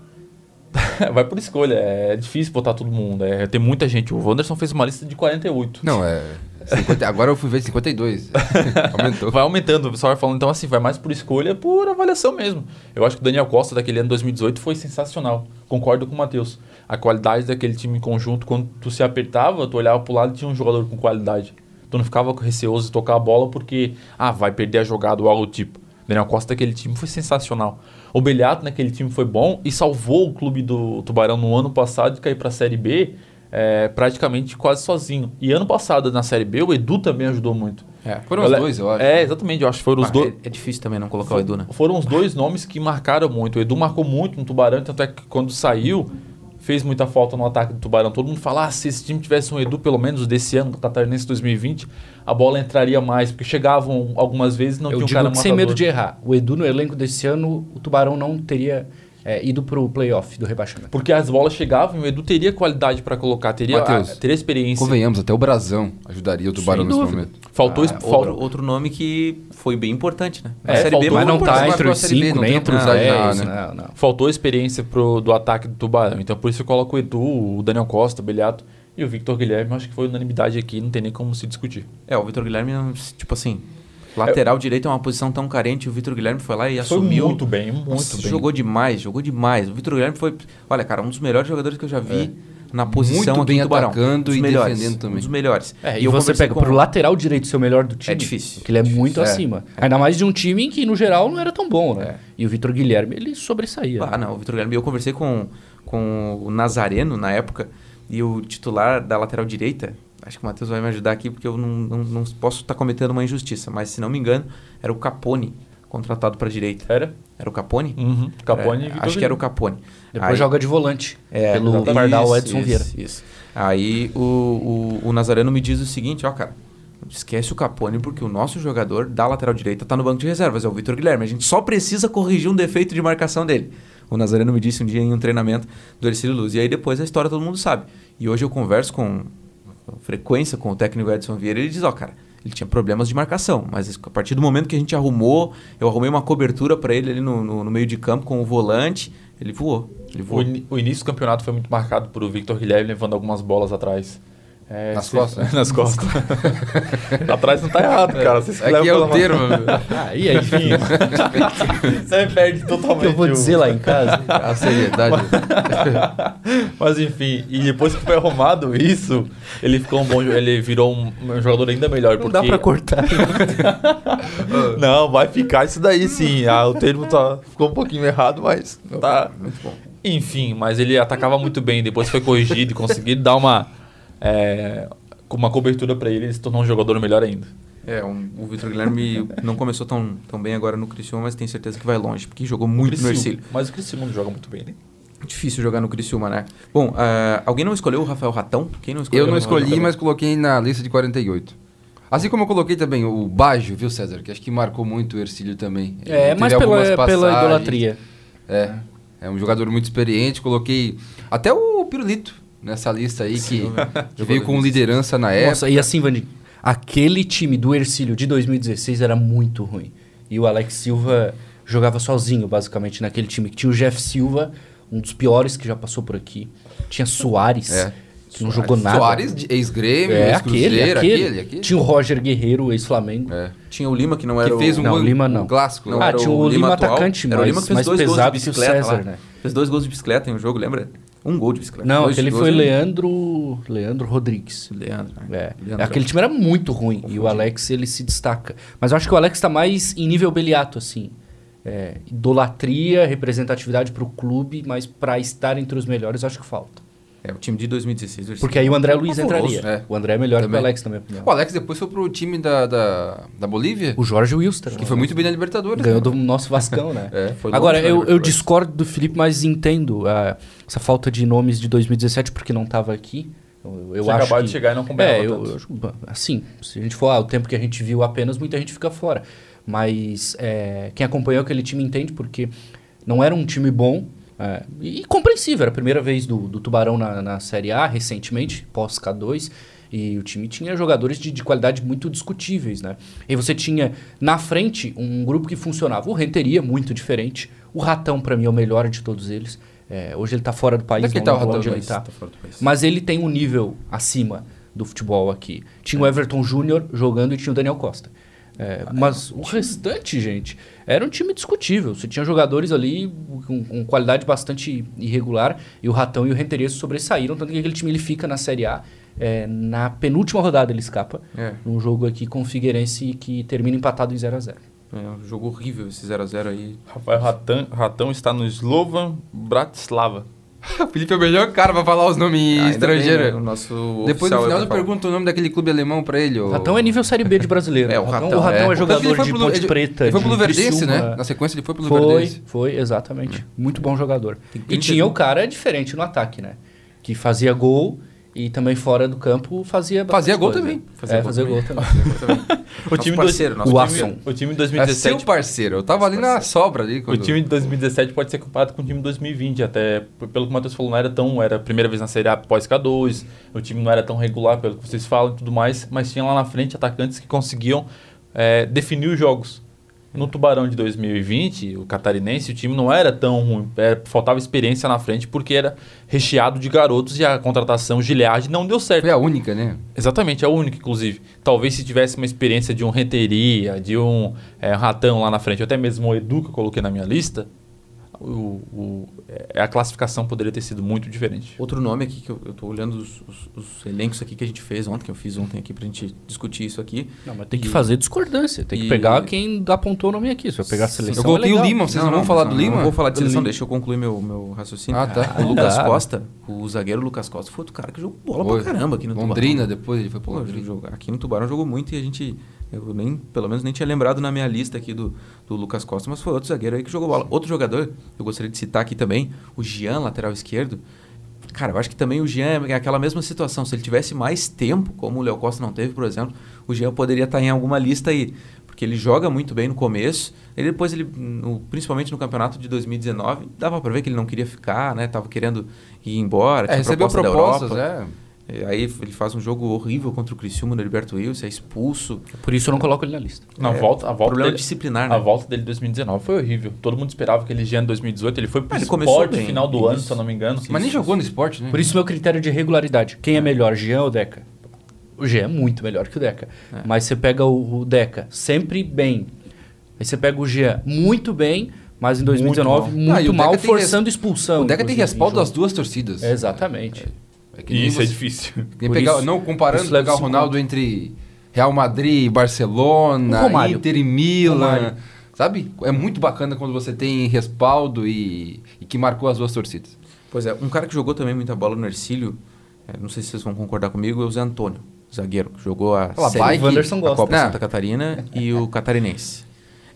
[SPEAKER 4] Vai por escolha, é difícil botar todo mundo, é, tem muita gente. O Wanderson fez uma lista de 48.
[SPEAKER 3] Não, é. 50 Agora eu fui ver 52. Aumentou.
[SPEAKER 4] Vai aumentando, o pessoal vai falando, então assim, vai mais por escolha, por avaliação mesmo. Eu acho que o Daniel Costa daquele ano 2018 foi sensacional. Concordo com o Matheus. A qualidade daquele time em conjunto, quando tu se apertava, tu olhava pro lado e tinha um jogador com qualidade. Tu não ficava receoso de tocar a bola porque, ah, vai perder a jogada ou algo do tipo. Daniel Costa daquele time foi sensacional. O Belhato naquele time foi bom e salvou o clube do Tubarão no ano passado de cair pra Série B eh, praticamente quase sozinho. E ano passado na Série B, o Edu também ajudou muito.
[SPEAKER 2] É,
[SPEAKER 3] Foram os dois, eu acho.
[SPEAKER 4] É, exatamente, eu acho que foram os
[SPEAKER 2] Ah,
[SPEAKER 4] dois.
[SPEAKER 2] é, é difícil também não colocar o Edu, né?
[SPEAKER 4] Foram os dois nomes que marcaram muito. O Edu marcou muito no Tubarão, tanto é que quando saiu, fez muita falta no ataque do Tubarão. Todo mundo fala, ah, se esse time tivesse um Edu, pelo menos desse ano, do Catarinense 2020, a bola entraria mais, porque chegavam algumas vezes e não
[SPEAKER 5] Eu
[SPEAKER 4] tinha um
[SPEAKER 5] digo
[SPEAKER 4] cara
[SPEAKER 5] que sem medo
[SPEAKER 4] matador.
[SPEAKER 5] de errar. O Edu no elenco desse ano, o Tubarão não teria é, ido pro playoff do rebaixamento.
[SPEAKER 4] Porque as bolas chegavam e o Edu teria qualidade pra colocar, teria,
[SPEAKER 3] Matheus,
[SPEAKER 4] ah, teria experiência.
[SPEAKER 3] Convenhamos, até o Brasão ajudaria o Tubarão nesse
[SPEAKER 2] dúvida.
[SPEAKER 3] momento.
[SPEAKER 4] Faltou,
[SPEAKER 2] Ah,
[SPEAKER 4] faltou
[SPEAKER 2] outro, outro nome que foi bem importante, né? Na
[SPEAKER 4] É,
[SPEAKER 2] Série B,
[SPEAKER 4] faltou,
[SPEAKER 5] Mas não
[SPEAKER 2] foi importante.
[SPEAKER 5] tá
[SPEAKER 3] Mas
[SPEAKER 5] entre
[SPEAKER 3] marcou
[SPEAKER 5] os
[SPEAKER 3] a Série B,
[SPEAKER 5] 5,
[SPEAKER 3] não
[SPEAKER 5] nem
[SPEAKER 3] tem
[SPEAKER 5] entre os
[SPEAKER 3] oportunidade de
[SPEAKER 5] 10.
[SPEAKER 3] nada,
[SPEAKER 5] não, não.
[SPEAKER 4] Faltou experiência pro, do ataque do Tubarão. Então por isso eu coloco o Edu, o Daniel Costa, o Beliato e o Victor Guilherme. Acho que foi unanimidade aqui, não tem nem como se discutir.
[SPEAKER 2] É, o Vitor Guilherme, tipo assim, lateral direito é uma posição tão carente, o Vitor Guilherme foi lá e assumiu.
[SPEAKER 4] Foi muito bem, muito
[SPEAKER 2] Nossa,
[SPEAKER 4] bem.
[SPEAKER 2] Jogou demais, jogou demais. O Vitor Guilherme foi, olha, cara, um dos melhores jogadores que eu já vi na posição
[SPEAKER 3] É. Muito
[SPEAKER 2] aqui
[SPEAKER 3] bem
[SPEAKER 2] do Tubarão.
[SPEAKER 3] atacando
[SPEAKER 2] Um dos
[SPEAKER 3] e
[SPEAKER 2] melhores,
[SPEAKER 3] defendendo também.
[SPEAKER 2] Um dos melhores.
[SPEAKER 5] É, e
[SPEAKER 2] eu
[SPEAKER 5] você
[SPEAKER 2] conversei
[SPEAKER 5] pega
[SPEAKER 2] com-
[SPEAKER 5] pro lateral direito ser o melhor do time.
[SPEAKER 2] É difícil.
[SPEAKER 5] Que ele é muito
[SPEAKER 3] É.
[SPEAKER 5] acima. Ainda mais de um time em que, no geral, não era tão bom, né? E o Vitor Guilherme, ele sobressaía.
[SPEAKER 2] Ah, não, o Vitor Guilherme, eu conversei com, com o Nazareno na época e o titular da lateral direita, acho que o Matheus vai me ajudar aqui porque eu não, não, não posso estar cometendo uma injustiça, mas se não me engano, era o Capone contratado pra direita.
[SPEAKER 5] É.
[SPEAKER 4] Era?
[SPEAKER 2] Era o Capone?
[SPEAKER 4] Uhum. Capone
[SPEAKER 2] É,
[SPEAKER 4] e Vitor
[SPEAKER 2] acho que era o
[SPEAKER 4] Guilherme.
[SPEAKER 2] Capone.
[SPEAKER 5] Depois
[SPEAKER 2] Aí-
[SPEAKER 5] joga de volante.
[SPEAKER 2] É,
[SPEAKER 5] pelo
[SPEAKER 2] exatamente.
[SPEAKER 5] Pardal
[SPEAKER 2] Isso,
[SPEAKER 5] Edson
[SPEAKER 2] isso,
[SPEAKER 5] Vieira.
[SPEAKER 2] Isso. Aí o, o, o Nazareno me diz o seguinte, ó, cara. Esquece o Capone, porque o nosso jogador da lateral direita tá no banco de reservas, é o Vitor Guilherme. A gente só precisa corrigir um defeito de marcação dele. O Nazareno me disse um dia em um treinamento do Ercílio Luz. E aí depois a história todo mundo sabe. E hoje eu converso com frequência com o técnico Edson Vieira. Ele diz, ó, cara, ele tinha problemas de marcação, mas a partir do momento que a gente arrumou, eu arrumei uma cobertura pra ele ali no, no- no meio de campo com o volante, ele voou. Ele
[SPEAKER 4] O,
[SPEAKER 2] voou.
[SPEAKER 4] ini- o início do campeonato foi muito marcado por o Victor Guilherme levando algumas bolas atrás.
[SPEAKER 5] É,
[SPEAKER 3] Nas
[SPEAKER 5] se-
[SPEAKER 3] costas?
[SPEAKER 4] Nas costas. Atrás não tá errado, cara. Vocês
[SPEAKER 3] É que é o termo.
[SPEAKER 5] Aí é difícil.
[SPEAKER 4] Você perde
[SPEAKER 5] O que
[SPEAKER 4] totalmente.
[SPEAKER 5] eu vou
[SPEAKER 4] é o-
[SPEAKER 5] dizer lá em casa?
[SPEAKER 3] A seriedade.
[SPEAKER 4] Mas enfim, e depois que foi arrumado isso, ele ficou um bom, jo- ele virou um, um jogador ainda melhor.
[SPEAKER 3] Não
[SPEAKER 4] porque...
[SPEAKER 3] dá pra cortar. né?
[SPEAKER 4] Não, vai ficar isso daí sim. Ah, o termo tá, ficou um pouquinho errado, mas tá. Enfim, mas ele atacava muito bem. Depois foi corrigido e conseguido dar uma, é, uma cobertura pra ele. Ele se tornou um jogador melhor ainda.
[SPEAKER 2] É, um- o Vitor Guilherme não começou tão, tão bem agora no Criciúma, mas tenho certeza que vai longe, porque jogou muito no Ercílio.
[SPEAKER 4] Mas o Criciúma não joga muito bem, né?
[SPEAKER 2] Difícil jogar no Criciúma, né? Bom, ah, alguém não escolheu o Rafael Ratão? Quem não escolheu?
[SPEAKER 3] Eu não
[SPEAKER 2] o Rafael
[SPEAKER 3] escolhi,
[SPEAKER 2] Ratão?
[SPEAKER 3] mas coloquei na lista de 48. Assim como eu coloquei também o Baggio, viu, César? Que acho que marcou muito o Ercílio também.
[SPEAKER 5] É,
[SPEAKER 3] Ele
[SPEAKER 5] mas
[SPEAKER 3] teve
[SPEAKER 5] pela,
[SPEAKER 3] algumas
[SPEAKER 5] pela
[SPEAKER 3] passagens.
[SPEAKER 5] idolatria.
[SPEAKER 3] É. É um jogador muito experiente. Coloquei até o Pirulito nessa lista aí, que, que veio com liderança na época.
[SPEAKER 5] Nossa, e assim, Vandi, aquele time do Ercílio de 2016 era muito ruim. E o Alex Silva jogava sozinho, basicamente, naquele time. Que tinha o Jeff Silva, um dos piores que já passou por aqui. Tinha Soares,
[SPEAKER 3] É.
[SPEAKER 5] que não jogou nada.
[SPEAKER 3] Soares, de- ex-Grêmio,
[SPEAKER 5] é, aquele,
[SPEAKER 3] ex-Cruzeiro,
[SPEAKER 5] aquele,
[SPEAKER 3] aquele, aquele.
[SPEAKER 5] Tinha o Roger Guerreiro, ex-Flamengo.
[SPEAKER 3] É.
[SPEAKER 2] Tinha o Lima, que não era
[SPEAKER 3] Que
[SPEAKER 2] o...
[SPEAKER 3] fez um
[SPEAKER 5] Não,
[SPEAKER 3] gol-
[SPEAKER 5] Lima
[SPEAKER 3] um
[SPEAKER 5] não.
[SPEAKER 3] clássico.
[SPEAKER 2] não
[SPEAKER 3] né?
[SPEAKER 5] Ah,
[SPEAKER 2] era
[SPEAKER 5] tinha o Lima atacante,
[SPEAKER 2] Era o
[SPEAKER 5] mas-
[SPEAKER 2] Lima que fez
[SPEAKER 5] mais
[SPEAKER 2] dois gols de
[SPEAKER 5] pesado que o
[SPEAKER 2] bicicleta lá.
[SPEAKER 5] César, né?
[SPEAKER 2] Fez dois gols de bicicleta em um jogo, lembra? Um gol de bicicleta.
[SPEAKER 5] Não,
[SPEAKER 2] Dois
[SPEAKER 5] aquele
[SPEAKER 2] gols
[SPEAKER 5] foi
[SPEAKER 2] de- um
[SPEAKER 5] Leandro, Leandro Rodrigues.
[SPEAKER 2] Leandro. né?
[SPEAKER 5] É,
[SPEAKER 2] Leandro.
[SPEAKER 5] aquele time era muito ruim e o Alex ele se destaca. Mas eu acho que o Alex tá mais em nível Beliato, assim. É, idolatria, representatividade pro clube, mas pra estar entre os melhores eu acho que falta.
[SPEAKER 2] É, o time de 2016. o Ercílio.
[SPEAKER 5] Porque aí o André Luiz
[SPEAKER 3] Pavoroso,
[SPEAKER 5] entraria.
[SPEAKER 3] é.
[SPEAKER 5] O André é melhor que
[SPEAKER 3] Também.
[SPEAKER 5] o Alex, na minha opinião.
[SPEAKER 3] O Alex depois foi pro time da, da, da Bolívia,
[SPEAKER 5] O Jorge Wilster. né?
[SPEAKER 3] que foi muito bem na Libertadores.
[SPEAKER 5] Ganhou
[SPEAKER 3] né?
[SPEAKER 5] do nosso Vascão, né?
[SPEAKER 3] É, foi longe
[SPEAKER 5] Agora,
[SPEAKER 3] na
[SPEAKER 5] eu, eu
[SPEAKER 3] Libertadores.
[SPEAKER 5] discordo do Felipe, mas entendo ah, essa falta de nomes de 2017 porque não tava aqui. Eu, eu
[SPEAKER 4] Tinha
[SPEAKER 5] acho
[SPEAKER 4] acabado
[SPEAKER 5] que...
[SPEAKER 4] de chegar e não combinava
[SPEAKER 5] É, eu,
[SPEAKER 4] tanto.
[SPEAKER 5] eu acho- assim, se a gente for ah, o tempo que a gente viu apenas, muita gente fica fora. Mas é, quem acompanhou aquele time entende porque não era um time bom é, e compreensível. Era a primeira vez do, do Tubarão na, na Série A recentemente, pós K2. E o time tinha jogadores de, de qualidade muito discutíveis, né? E você tinha na frente um grupo que funcionava. O Renteria, muito diferente. O Ratão, pra mim, é o melhor de todos eles. É, hoje ele tá fora do país,
[SPEAKER 3] Onde é que
[SPEAKER 5] não
[SPEAKER 3] tá o
[SPEAKER 5] lembro
[SPEAKER 3] Ratão?
[SPEAKER 5] onde ele
[SPEAKER 3] Mas
[SPEAKER 5] tá.
[SPEAKER 3] tá fora do país.
[SPEAKER 5] Mas ele tem um nível acima do futebol aqui. Tinha o Everton Júnior jogando e tinha o Daniel Costa. É, mas o restante, gente, era um time discutível. Você tinha jogadores ali com, com qualidade bastante irregular e o Ratão e o Renteria se sobressaíram, tanto que aquele time ele fica na Série A. é, na penúltima rodada ele escapa,
[SPEAKER 2] É.
[SPEAKER 5] num jogo aqui com o Figueirense que termina empatado em 0 a 0
[SPEAKER 2] É um jogo horrível esse 0x0 aí.
[SPEAKER 4] Rafael Ratão, Ratão está no Slovan Bratislava.
[SPEAKER 3] O Felipe é o melhor cara pra falar os nomes
[SPEAKER 2] Ah, ainda bem, né? O
[SPEAKER 3] estrangeiros.
[SPEAKER 2] nosso
[SPEAKER 3] Depois
[SPEAKER 2] oficial
[SPEAKER 3] no final
[SPEAKER 2] é
[SPEAKER 3] eu
[SPEAKER 2] o Rafael.
[SPEAKER 3] pergunto o nome daquele clube alemão pra ele. O...
[SPEAKER 5] Ratão é nível Série B de brasileiro.
[SPEAKER 2] É, o Ratão,
[SPEAKER 5] Ratão é,
[SPEAKER 3] O tanto que ele
[SPEAKER 5] jogador
[SPEAKER 3] foi
[SPEAKER 5] de
[SPEAKER 3] pro-
[SPEAKER 5] Ponte
[SPEAKER 3] ele-
[SPEAKER 5] Preta.
[SPEAKER 3] Ele foi
[SPEAKER 5] de
[SPEAKER 3] pro Luverdense, né?
[SPEAKER 5] Criciúma.
[SPEAKER 3] Na sequência ele foi pro Uhum.
[SPEAKER 5] Foi,
[SPEAKER 3] Luverdense.
[SPEAKER 5] foi, exatamente. Muito bom jogador. E
[SPEAKER 2] que
[SPEAKER 3] um
[SPEAKER 5] tinha o cara diferente no ataque, né? Que fazia gol e também fora do campo fazia. bastante
[SPEAKER 3] Fazia gol
[SPEAKER 5] coisa.
[SPEAKER 3] também.
[SPEAKER 5] é, fazia gol também.
[SPEAKER 4] O
[SPEAKER 2] Nosso
[SPEAKER 4] time
[SPEAKER 2] parceiro,
[SPEAKER 4] do...
[SPEAKER 2] nosso
[SPEAKER 4] o
[SPEAKER 5] parceiro.
[SPEAKER 4] time- O time de
[SPEAKER 3] É seu
[SPEAKER 4] 2017
[SPEAKER 3] parceiro. Eu tava ali na sobra ali.
[SPEAKER 4] O
[SPEAKER 3] quando-
[SPEAKER 4] time de 2017 pode ser comparado com o time de 2020, até p- pelo que o Matheus falou, não era tão. Era a primeira vez na Série A pós K2, o time não era tão regular, pelo que vocês falam e tudo mais, mas tinha lá na frente atacantes que conseguiam é, definir os jogos. No Tubarão de 2020, o catarinense, o time não era tão ruim, era- faltava experiência na frente porque era recheado de garotos e a contratação Gilead não deu certo.
[SPEAKER 3] Foi a única, né?
[SPEAKER 4] Exatamente, é o único, inclusive. Talvez se tivesse uma experiência de um renteria, de um é, ratão lá na frente, ou até mesmo o Edu que eu coloquei na minha lista, o, o- é, a classificação poderia ter sido muito diferente.
[SPEAKER 2] Outro nome aqui que eu, eu tô olhando os, os- os elencos aqui que a gente fez ontem, que eu fiz ontem aqui pra gente discutir isso aqui.
[SPEAKER 5] Não, mas tem que
[SPEAKER 2] E-
[SPEAKER 5] fazer discordância. Tem que
[SPEAKER 2] e-
[SPEAKER 5] pegar quem apontou o nome aqui. Se eu pegar a seleção.
[SPEAKER 3] Eu coloquei
[SPEAKER 5] é
[SPEAKER 3] o
[SPEAKER 5] legal.
[SPEAKER 3] Lima, vocês não, vão falar do Lima?
[SPEAKER 2] Não vou falar de
[SPEAKER 3] Do
[SPEAKER 2] seleção,
[SPEAKER 3] Lima.
[SPEAKER 2] deixa eu concluir meu, meu raciocínio.
[SPEAKER 3] Ah, tá.
[SPEAKER 2] O Lucas
[SPEAKER 5] Dá.
[SPEAKER 2] Costa, o zagueiro Lucas Costa, foi outro cara que jogou bola
[SPEAKER 3] Foi.
[SPEAKER 2] pra caramba aqui no
[SPEAKER 3] Londrina,
[SPEAKER 2] Tubarão.
[SPEAKER 3] depois ele foi pro
[SPEAKER 2] Pô, ele
[SPEAKER 3] Londrina.
[SPEAKER 2] jogou- aqui no Tubarão jogou muito e a gente, eu nem, pelo menos nem tinha lembrado na minha lista aqui do, do Lucas Costa, mas foi outro zagueiro aí que jogou bola. Outro jogador, eu gostaria de citar aqui também, o Jean, lateral esquerdo. Cara, eu acho que também o Jean é aquela mesma situação. Se ele tivesse mais tempo, como o Léo Costa não teve, por exemplo, o Jean poderia estar em alguma lista aí. Porque ele joga muito bem no começo, e depois ele, no- principalmente no campeonato de 2019, dava pra ver que ele não queria ficar, né? Tava querendo ir embora,
[SPEAKER 3] É,
[SPEAKER 2] tinha
[SPEAKER 3] recebeu
[SPEAKER 2] proposta da
[SPEAKER 3] propostas,
[SPEAKER 2] Europa.
[SPEAKER 3] é.
[SPEAKER 2] É, Aí ele faz um jogo horrível contra o Criciúma no Heriberto Wilson, é expulso.
[SPEAKER 5] Por isso eu não coloco ele na lista.
[SPEAKER 4] Na volta, a volta
[SPEAKER 2] Problema
[SPEAKER 4] dele,
[SPEAKER 2] disciplinar,
[SPEAKER 4] a
[SPEAKER 2] né?
[SPEAKER 4] volta dele em 2019 foi horrível. Todo mundo esperava que ele já em 2018, ele foi pro
[SPEAKER 2] Ah, ele começou
[SPEAKER 4] esporte
[SPEAKER 2] bem,
[SPEAKER 4] final do ano,
[SPEAKER 2] isso.
[SPEAKER 4] se eu não me engano.
[SPEAKER 3] Mas nem jogou no esporte, né? É.
[SPEAKER 5] Por isso meu critério de regularidade. Quem é melhor, Jean ou Deca? O G é muito melhor que o Deca.
[SPEAKER 3] É.
[SPEAKER 5] Mas você pega o, o Deca sempre bem. Aí você pega o G muito bem, mas em 2019 muito,
[SPEAKER 3] Ah, e o Deca
[SPEAKER 5] mal,
[SPEAKER 3] tem
[SPEAKER 5] forçando expulsão.
[SPEAKER 3] O Deca tem
[SPEAKER 5] inclusive,
[SPEAKER 3] respaldo
[SPEAKER 5] em
[SPEAKER 3] das
[SPEAKER 5] jogo.
[SPEAKER 3] duas torcidas.
[SPEAKER 5] Exatamente.
[SPEAKER 3] É que nem
[SPEAKER 4] E isso é
[SPEAKER 3] você-
[SPEAKER 4] difícil.
[SPEAKER 3] que nem
[SPEAKER 5] por
[SPEAKER 3] pegar-
[SPEAKER 5] isso-
[SPEAKER 3] não,
[SPEAKER 5] por
[SPEAKER 3] comparando,
[SPEAKER 5] isso leva
[SPEAKER 3] pegar o
[SPEAKER 5] isso em
[SPEAKER 3] Ronaldo entre Real Madrid, Barcelona,
[SPEAKER 5] O Romário.
[SPEAKER 3] Inter e Milan.
[SPEAKER 5] Romário.
[SPEAKER 3] Sabe? É muito bacana quando você tem respaldo e, e que marcou as duas torcidas.
[SPEAKER 2] Pois é, um cara que jogou também muita bola no Ercílio, é, não sei se vocês vão concordar comigo, é o Zé Antônio, zagueiro, que jogou a,
[SPEAKER 3] Fala,
[SPEAKER 2] série,
[SPEAKER 3] vai que-
[SPEAKER 2] a
[SPEAKER 5] Wanderson gosta.
[SPEAKER 2] Copa
[SPEAKER 3] Não.
[SPEAKER 2] Santa Catarina e o Catarinense.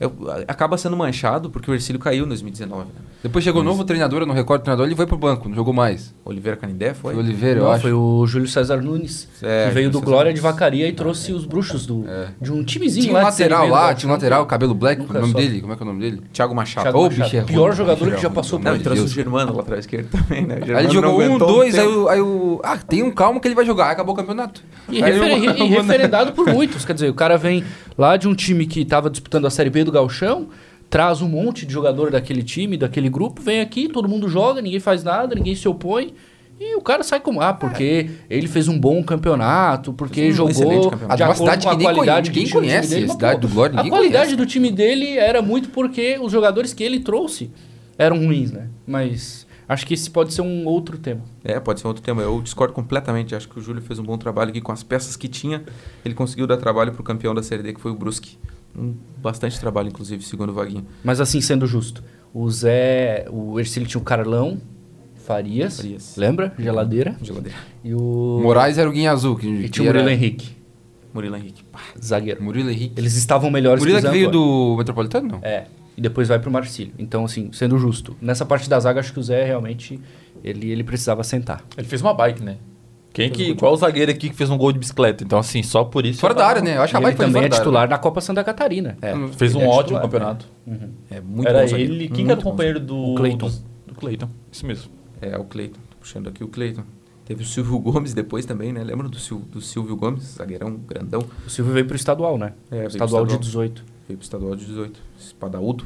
[SPEAKER 2] É, a- acaba sendo manchado porque o Ercílio caiu em 2019. Né?
[SPEAKER 3] Depois chegou o novo treinador, eu não recordo o treinador, ele foi pro banco, não jogou mais.
[SPEAKER 2] Oliveira Canindé foi?
[SPEAKER 3] Foi o Oliveira, É, eu
[SPEAKER 5] Não,
[SPEAKER 3] acho.
[SPEAKER 5] foi o Júlio César Nunes,
[SPEAKER 2] É,
[SPEAKER 5] que veio
[SPEAKER 2] Júlio
[SPEAKER 5] do
[SPEAKER 2] César
[SPEAKER 5] Glória de
[SPEAKER 2] Nunes.
[SPEAKER 5] Vacaria e trouxe os bruxos do, de um
[SPEAKER 3] É.
[SPEAKER 5] timezinho
[SPEAKER 3] Tinha um
[SPEAKER 5] lá. de
[SPEAKER 3] lateral
[SPEAKER 5] Cerveira,
[SPEAKER 3] lá,
[SPEAKER 5] eu
[SPEAKER 3] tinha um lateral, cabelo black,
[SPEAKER 5] Nunca
[SPEAKER 3] o nome
[SPEAKER 5] só.
[SPEAKER 3] dele, como é que é o nome dele?
[SPEAKER 2] Thiago Machado.
[SPEAKER 5] Thiago
[SPEAKER 3] Ô,
[SPEAKER 5] Machado.
[SPEAKER 3] bicho, é ruim,
[SPEAKER 5] pior
[SPEAKER 3] bicho,
[SPEAKER 5] jogador
[SPEAKER 3] é
[SPEAKER 5] que já
[SPEAKER 3] ruim,
[SPEAKER 5] passou por
[SPEAKER 2] Não, e
[SPEAKER 3] pelo
[SPEAKER 5] aqui.
[SPEAKER 3] amor
[SPEAKER 2] trouxe
[SPEAKER 3] de
[SPEAKER 2] o
[SPEAKER 3] Deus.
[SPEAKER 2] Germano lá atrás esquerdo também, né? O
[SPEAKER 3] Aí
[SPEAKER 2] Germano
[SPEAKER 3] ele jogou
[SPEAKER 2] não
[SPEAKER 3] um,
[SPEAKER 2] aguentou
[SPEAKER 3] dois, aí,
[SPEAKER 2] tempo.
[SPEAKER 3] o, aí o. Ah, tem um calmo que ele vai jogar, acabou o campeonato.
[SPEAKER 5] E,
[SPEAKER 3] Aí
[SPEAKER 5] referen-
[SPEAKER 3] o-
[SPEAKER 5] e referendado por muitos. Quer dizer, o cara vem lá de um time que estava disputando a Série B do Galchão, traz um monte de jogador daquele time, daquele grupo, vem aqui, todo mundo joga, ninguém faz nada, ninguém se opõe. E o cara sai como, ah, porque ele fez um bom campeonanato, porque
[SPEAKER 2] Fez um
[SPEAKER 5] jogou
[SPEAKER 2] excelente
[SPEAKER 5] de
[SPEAKER 2] campeonato.
[SPEAKER 3] Ah, de uma
[SPEAKER 5] acordo
[SPEAKER 3] cidade
[SPEAKER 5] com a
[SPEAKER 3] que nem
[SPEAKER 5] qualidade
[SPEAKER 3] conhe-
[SPEAKER 5] que
[SPEAKER 3] ninguém
[SPEAKER 5] tinha o time
[SPEAKER 3] conhece,
[SPEAKER 5] dele.
[SPEAKER 3] a
[SPEAKER 5] Mas,
[SPEAKER 3] cidade
[SPEAKER 5] pô,
[SPEAKER 3] do Glória,
[SPEAKER 5] A
[SPEAKER 3] ninguém
[SPEAKER 5] qualidade
[SPEAKER 3] conhece.
[SPEAKER 5] do time dele era muito porque os jogadores que ele trouxe eram ruins, né? Mas acho que esse pode ser um outro tema.
[SPEAKER 2] É, pode ser outro tema. Eu discordo completamente. Acho que o Júlio fez um bom trabalho aqui com as peças que tinha. Ele conseguiu dar trabalho pro campeão da Série D, que foi o Brusque. Um, bastante trabalho, inclusive, segundo o Vaguinho.
[SPEAKER 5] Mas assim, sendo justo, o Zé, o Ercílio tinha o Carlão, Farias,
[SPEAKER 2] Farias.
[SPEAKER 5] lembra? Geladeira.
[SPEAKER 2] Geladeira.
[SPEAKER 5] E o...
[SPEAKER 3] Moraes era o Guinha Azul, que,
[SPEAKER 5] E
[SPEAKER 3] que
[SPEAKER 5] tinha um o
[SPEAKER 3] era-
[SPEAKER 5] Murilo Henrique,
[SPEAKER 2] Murilo Henrique. Pá,
[SPEAKER 5] zagueiro.
[SPEAKER 3] Murilo Henrique.
[SPEAKER 5] Eles estavam melhores
[SPEAKER 3] Murilo é
[SPEAKER 5] que
[SPEAKER 3] que
[SPEAKER 5] o
[SPEAKER 3] veio
[SPEAKER 5] Zampa.
[SPEAKER 3] do Metropolitano, não?
[SPEAKER 5] É, e depois vai pro Marcílio. Então, assim, sendo justo, nessa parte da zaga, acho que o Zé realmente, ele, ele precisava sentar.
[SPEAKER 4] Ele fez uma bike, né? Quem que, qual zagueiro aqui que fez um gol de bicicleta? Então, assim, só por isso.
[SPEAKER 3] Fora
[SPEAKER 4] já
[SPEAKER 3] da
[SPEAKER 4] tá-
[SPEAKER 3] área, né? Eu acho que a
[SPEAKER 5] e
[SPEAKER 3] Bike
[SPEAKER 5] ele
[SPEAKER 3] foi
[SPEAKER 5] também é
[SPEAKER 3] fora da área.
[SPEAKER 5] titular na Copa Santa Catarina. É.
[SPEAKER 4] Fez um
[SPEAKER 5] Ele é
[SPEAKER 4] ótimo
[SPEAKER 5] titular,
[SPEAKER 4] campeonato.
[SPEAKER 2] É muito
[SPEAKER 4] era
[SPEAKER 2] bom zagueiro.
[SPEAKER 4] ele.
[SPEAKER 2] Muito
[SPEAKER 4] Quem que era o
[SPEAKER 2] bom
[SPEAKER 4] companheiro do.
[SPEAKER 5] O Cleiton.
[SPEAKER 4] Do, do Cleiton. Isso mesmo.
[SPEAKER 2] zagueiro. É, o Cleiton. Tô puxando aqui o Cleiton. Teve o Silvio Gomes depois também, né? Lembra do, Sil- do Silvio Gomes? Zagueirão, grandão.
[SPEAKER 5] O Silvio veio pro estadual, né?
[SPEAKER 2] É, veio pro
[SPEAKER 5] estadual de
[SPEAKER 2] estadual.
[SPEAKER 5] 18.
[SPEAKER 2] Veio pro estadual de 18. Espadaúdo.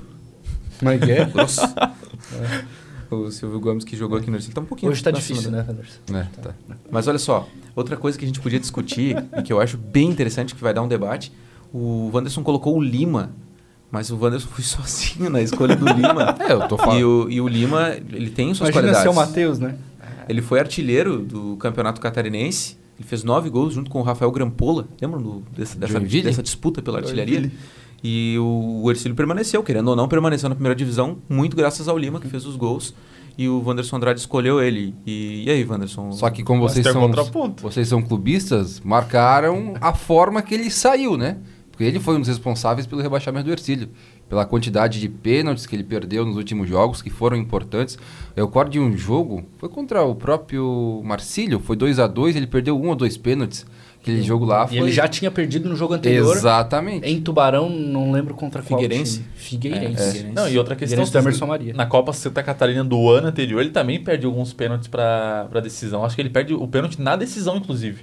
[SPEAKER 5] Mas é?
[SPEAKER 2] Grosso. É. O Silvio Gomes que jogou aqui no Ercílio. Tá um pouquinho
[SPEAKER 5] Hoje tá
[SPEAKER 2] pra cima,
[SPEAKER 5] difícil, né, Anderson?
[SPEAKER 3] É, tá.
[SPEAKER 2] Mas olha só, outra coisa que a gente podia discutir e que eu acho bem interessante que vai dar um debate, o Wanderson colocou o Lima, mas o Wanderson foi sozinho na escolha do Lima.
[SPEAKER 3] É, eu tô falando.
[SPEAKER 2] E o, e o Lima, ele tem suas
[SPEAKER 5] Imagina ser o
[SPEAKER 2] qualidades.
[SPEAKER 5] Matheus, né?
[SPEAKER 2] Ele foi artilheiro do Campeonato Catarinense, ele fez nove gols junto com o Rafael Grampola, lembram do- dessa, dessa,
[SPEAKER 3] Joinville?
[SPEAKER 2] dessa disputa pela artilharia? E o, o Ercílio permaneceu, querendo ou não, permaneceu na primeira divisão, muito graças ao Lima, que fez os gols. E o Wanderson Andrade escolheu ele. E, e aí, Wanderson?
[SPEAKER 3] Só que como
[SPEAKER 4] Mas
[SPEAKER 3] vocês
[SPEAKER 4] tem um
[SPEAKER 3] são,
[SPEAKER 4] contraponto.
[SPEAKER 3] vocês são clubistas, marcaram a forma que ele saiu, né? Porque ele foi um dos responsáveis pelo rebaixamento do Ercílio. Pela quantidade de pênaltis que ele perdeu nos últimos jogos, que foram importantes. Eu recordo de um jogo, foi contra o próprio Marcílio, foi 2 a 2 ele perdeu um ou dois pênaltis. Aquele jogo lá foi...
[SPEAKER 5] E ele já tinha perdido no jogo anterior. É
[SPEAKER 3] Exatamente.
[SPEAKER 5] Em Tubarão, não lembro contra qual
[SPEAKER 2] Figueirense?
[SPEAKER 5] time. Figueirense. É,
[SPEAKER 4] Não, e outra questão.
[SPEAKER 5] Figueirense do Emerson Maria.
[SPEAKER 4] Na Copa Santa Catarina do ano anterior, ele também perde alguns pênaltis pra, pra decisão. Acho que ele perde o pênalti na decisão, inclusive.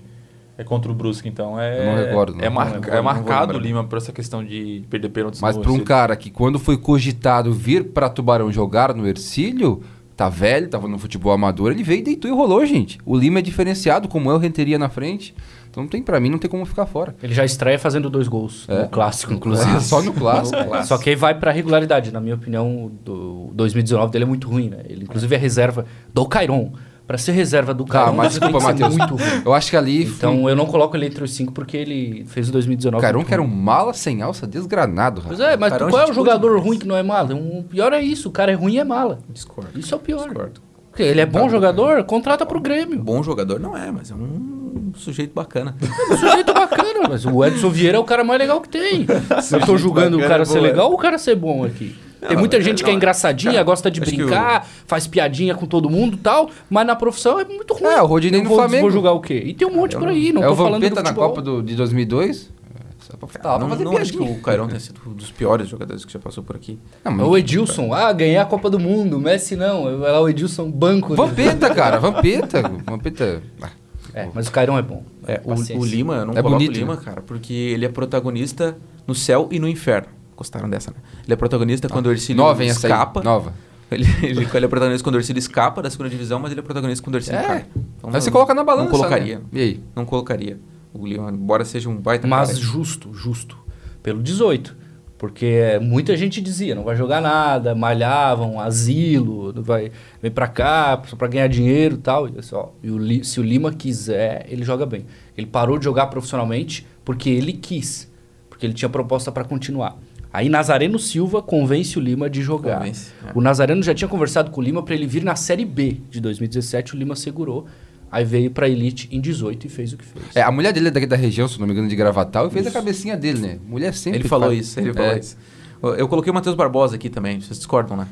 [SPEAKER 4] É contra o Brusque, então é.
[SPEAKER 3] Eu não recordo, não.
[SPEAKER 4] é, mar-
[SPEAKER 3] Não
[SPEAKER 2] recordo,
[SPEAKER 4] é
[SPEAKER 2] não vou
[SPEAKER 4] marcado o
[SPEAKER 2] lembrar.
[SPEAKER 4] Lima por essa questão de perder pênaltis
[SPEAKER 3] Mas
[SPEAKER 4] no
[SPEAKER 3] para um
[SPEAKER 4] Ercílio.
[SPEAKER 3] cara que quando foi cogitado vir para Tubarão jogar no Ercílio, tá velho, tava no futebol amador, ele veio, deitou e rolou, gente. O Lima é diferenciado, como eu renteria na frente. Então não tem para mim, não tem como ficar fora.
[SPEAKER 5] Ele já estreia fazendo dois gols. No clássico, inclusive.
[SPEAKER 3] É, só no clássico.
[SPEAKER 5] Só que aí vai pra regularidade. Na minha opinião, o do o 2019 dele é muito ruim, né? Ele, inclusive, é reserva do Cairon. Pra ser reserva do Cairon,
[SPEAKER 3] Tá, mas
[SPEAKER 5] ele tem
[SPEAKER 3] desculpa,
[SPEAKER 5] que ser
[SPEAKER 3] Matheus.
[SPEAKER 5] muito ruim.
[SPEAKER 3] Eu acho que ali
[SPEAKER 5] Então, eu não coloco ele entre os cinco porque ele fez o 2019.
[SPEAKER 3] o Caron
[SPEAKER 5] muito
[SPEAKER 3] que era um
[SPEAKER 5] ruim.
[SPEAKER 3] mala sem alça desgranado,
[SPEAKER 5] Pois
[SPEAKER 3] rapaz.
[SPEAKER 5] é, mas
[SPEAKER 2] Caron é
[SPEAKER 5] qual é o
[SPEAKER 2] gente
[SPEAKER 5] jogador
[SPEAKER 2] boa demais.
[SPEAKER 5] ruim que não é mala? Um, o pior é isso, o cara é ruim e é mala.
[SPEAKER 2] Discordo.
[SPEAKER 5] Isso é o pior.
[SPEAKER 2] Discordo.
[SPEAKER 5] Porque Ele é bom jogador, contrata pro Grêmio.
[SPEAKER 2] Bom jogador não é, mas é um sujeito bacana.
[SPEAKER 5] Um sujeito bacana, mas o Edson Vieira é o cara mais legal que tem. Eu tô
[SPEAKER 2] Sujeito
[SPEAKER 5] julgando o
[SPEAKER 2] bacana
[SPEAKER 5] cara
[SPEAKER 2] é
[SPEAKER 5] ser
[SPEAKER 2] boa.
[SPEAKER 5] legal ou o cara ser bom aqui? Tem
[SPEAKER 2] Não,
[SPEAKER 5] muita
[SPEAKER 2] mas,
[SPEAKER 5] gente
[SPEAKER 2] não,
[SPEAKER 5] que é engraçadinha,
[SPEAKER 2] cara,
[SPEAKER 5] gosta de
[SPEAKER 2] acho que
[SPEAKER 5] brincar, faz piadinha com todo mundo e tal, mas na profissão é muito ruim.
[SPEAKER 3] É, o Rodinei
[SPEAKER 5] Eu
[SPEAKER 3] no
[SPEAKER 5] vou,
[SPEAKER 3] Flamengo.
[SPEAKER 5] Vou julgar o quê? E tem um monte por aí, não
[SPEAKER 3] é
[SPEAKER 5] tô
[SPEAKER 3] o
[SPEAKER 5] falando do
[SPEAKER 3] Vampeta na
[SPEAKER 5] futebol.
[SPEAKER 3] Copa do- de 2002. É, Só pra falar,
[SPEAKER 2] não
[SPEAKER 3] pra fazer
[SPEAKER 2] não acho que
[SPEAKER 3] piadinha.
[SPEAKER 2] o Cairon tenha sido um dos piores jogadores que já passou por aqui.
[SPEAKER 3] Não,
[SPEAKER 5] É
[SPEAKER 3] mas-
[SPEAKER 5] O Edilson, ah, ganhei a Copa do Mundo, Messi não, vai lá o Edilson, banco. né?
[SPEAKER 3] Vampeta, cara, Vampeta. Vampeta. Ah,
[SPEAKER 5] É, mas o Cairão é bom.
[SPEAKER 2] É, o-
[SPEAKER 5] Paciência.
[SPEAKER 2] o, Lima, eu não
[SPEAKER 3] É
[SPEAKER 2] coloco
[SPEAKER 3] bonito,
[SPEAKER 2] o Lima,
[SPEAKER 3] né?
[SPEAKER 2] cara, porque ele é protagonista no céu e no inferno. Gostaram dessa, né? Ele é protagonista quando o Ercílio
[SPEAKER 3] Tá. Nova, hein, essa aí.
[SPEAKER 2] escapa.
[SPEAKER 3] Nova.
[SPEAKER 2] Ele, ele- ele é protagonista quando o Ercílio escapa da segunda divisão, mas ele é protagonista quando o Ercílio
[SPEAKER 3] É.
[SPEAKER 2] cai. Então,
[SPEAKER 3] Aí você
[SPEAKER 2] não-
[SPEAKER 3] coloca na balança.
[SPEAKER 2] Não colocaria.
[SPEAKER 3] né? E aí?
[SPEAKER 2] Não colocaria. O Leon, embora seja um baita
[SPEAKER 5] Mas
[SPEAKER 2] cara.
[SPEAKER 5] justo, justo. Pelo 18. Porque é, muita gente dizia, não vai jogar nada, malhavam, asilo, não vai vem pra cá só pra ganhar dinheiro e tal. E, eu disse, ó, e o Li- se o Lima quiser, ele joga bem. Ele parou de jogar profissionalmente porque ele quis. Porque ele tinha proposta pra continuar. Aí Nazareno Silva convence o Lima de jogar.
[SPEAKER 2] Convence, é.
[SPEAKER 5] O Nazareno já tinha conversado com o Lima pra ele vir na Série B de 2017. O Lima segurou. Aí veio pra Elite em 18 e fez o que fez.
[SPEAKER 3] É, a mulher dele é daqui da região, se não me engano, de Gravatal, e fez a cabecinha dele, né? Mulher sempre
[SPEAKER 2] Ele falou
[SPEAKER 3] faz-
[SPEAKER 2] isso, ele falou
[SPEAKER 3] É.
[SPEAKER 2] isso. Eu- Eu coloquei o Matheus Barbosa aqui também, vocês discordam, né?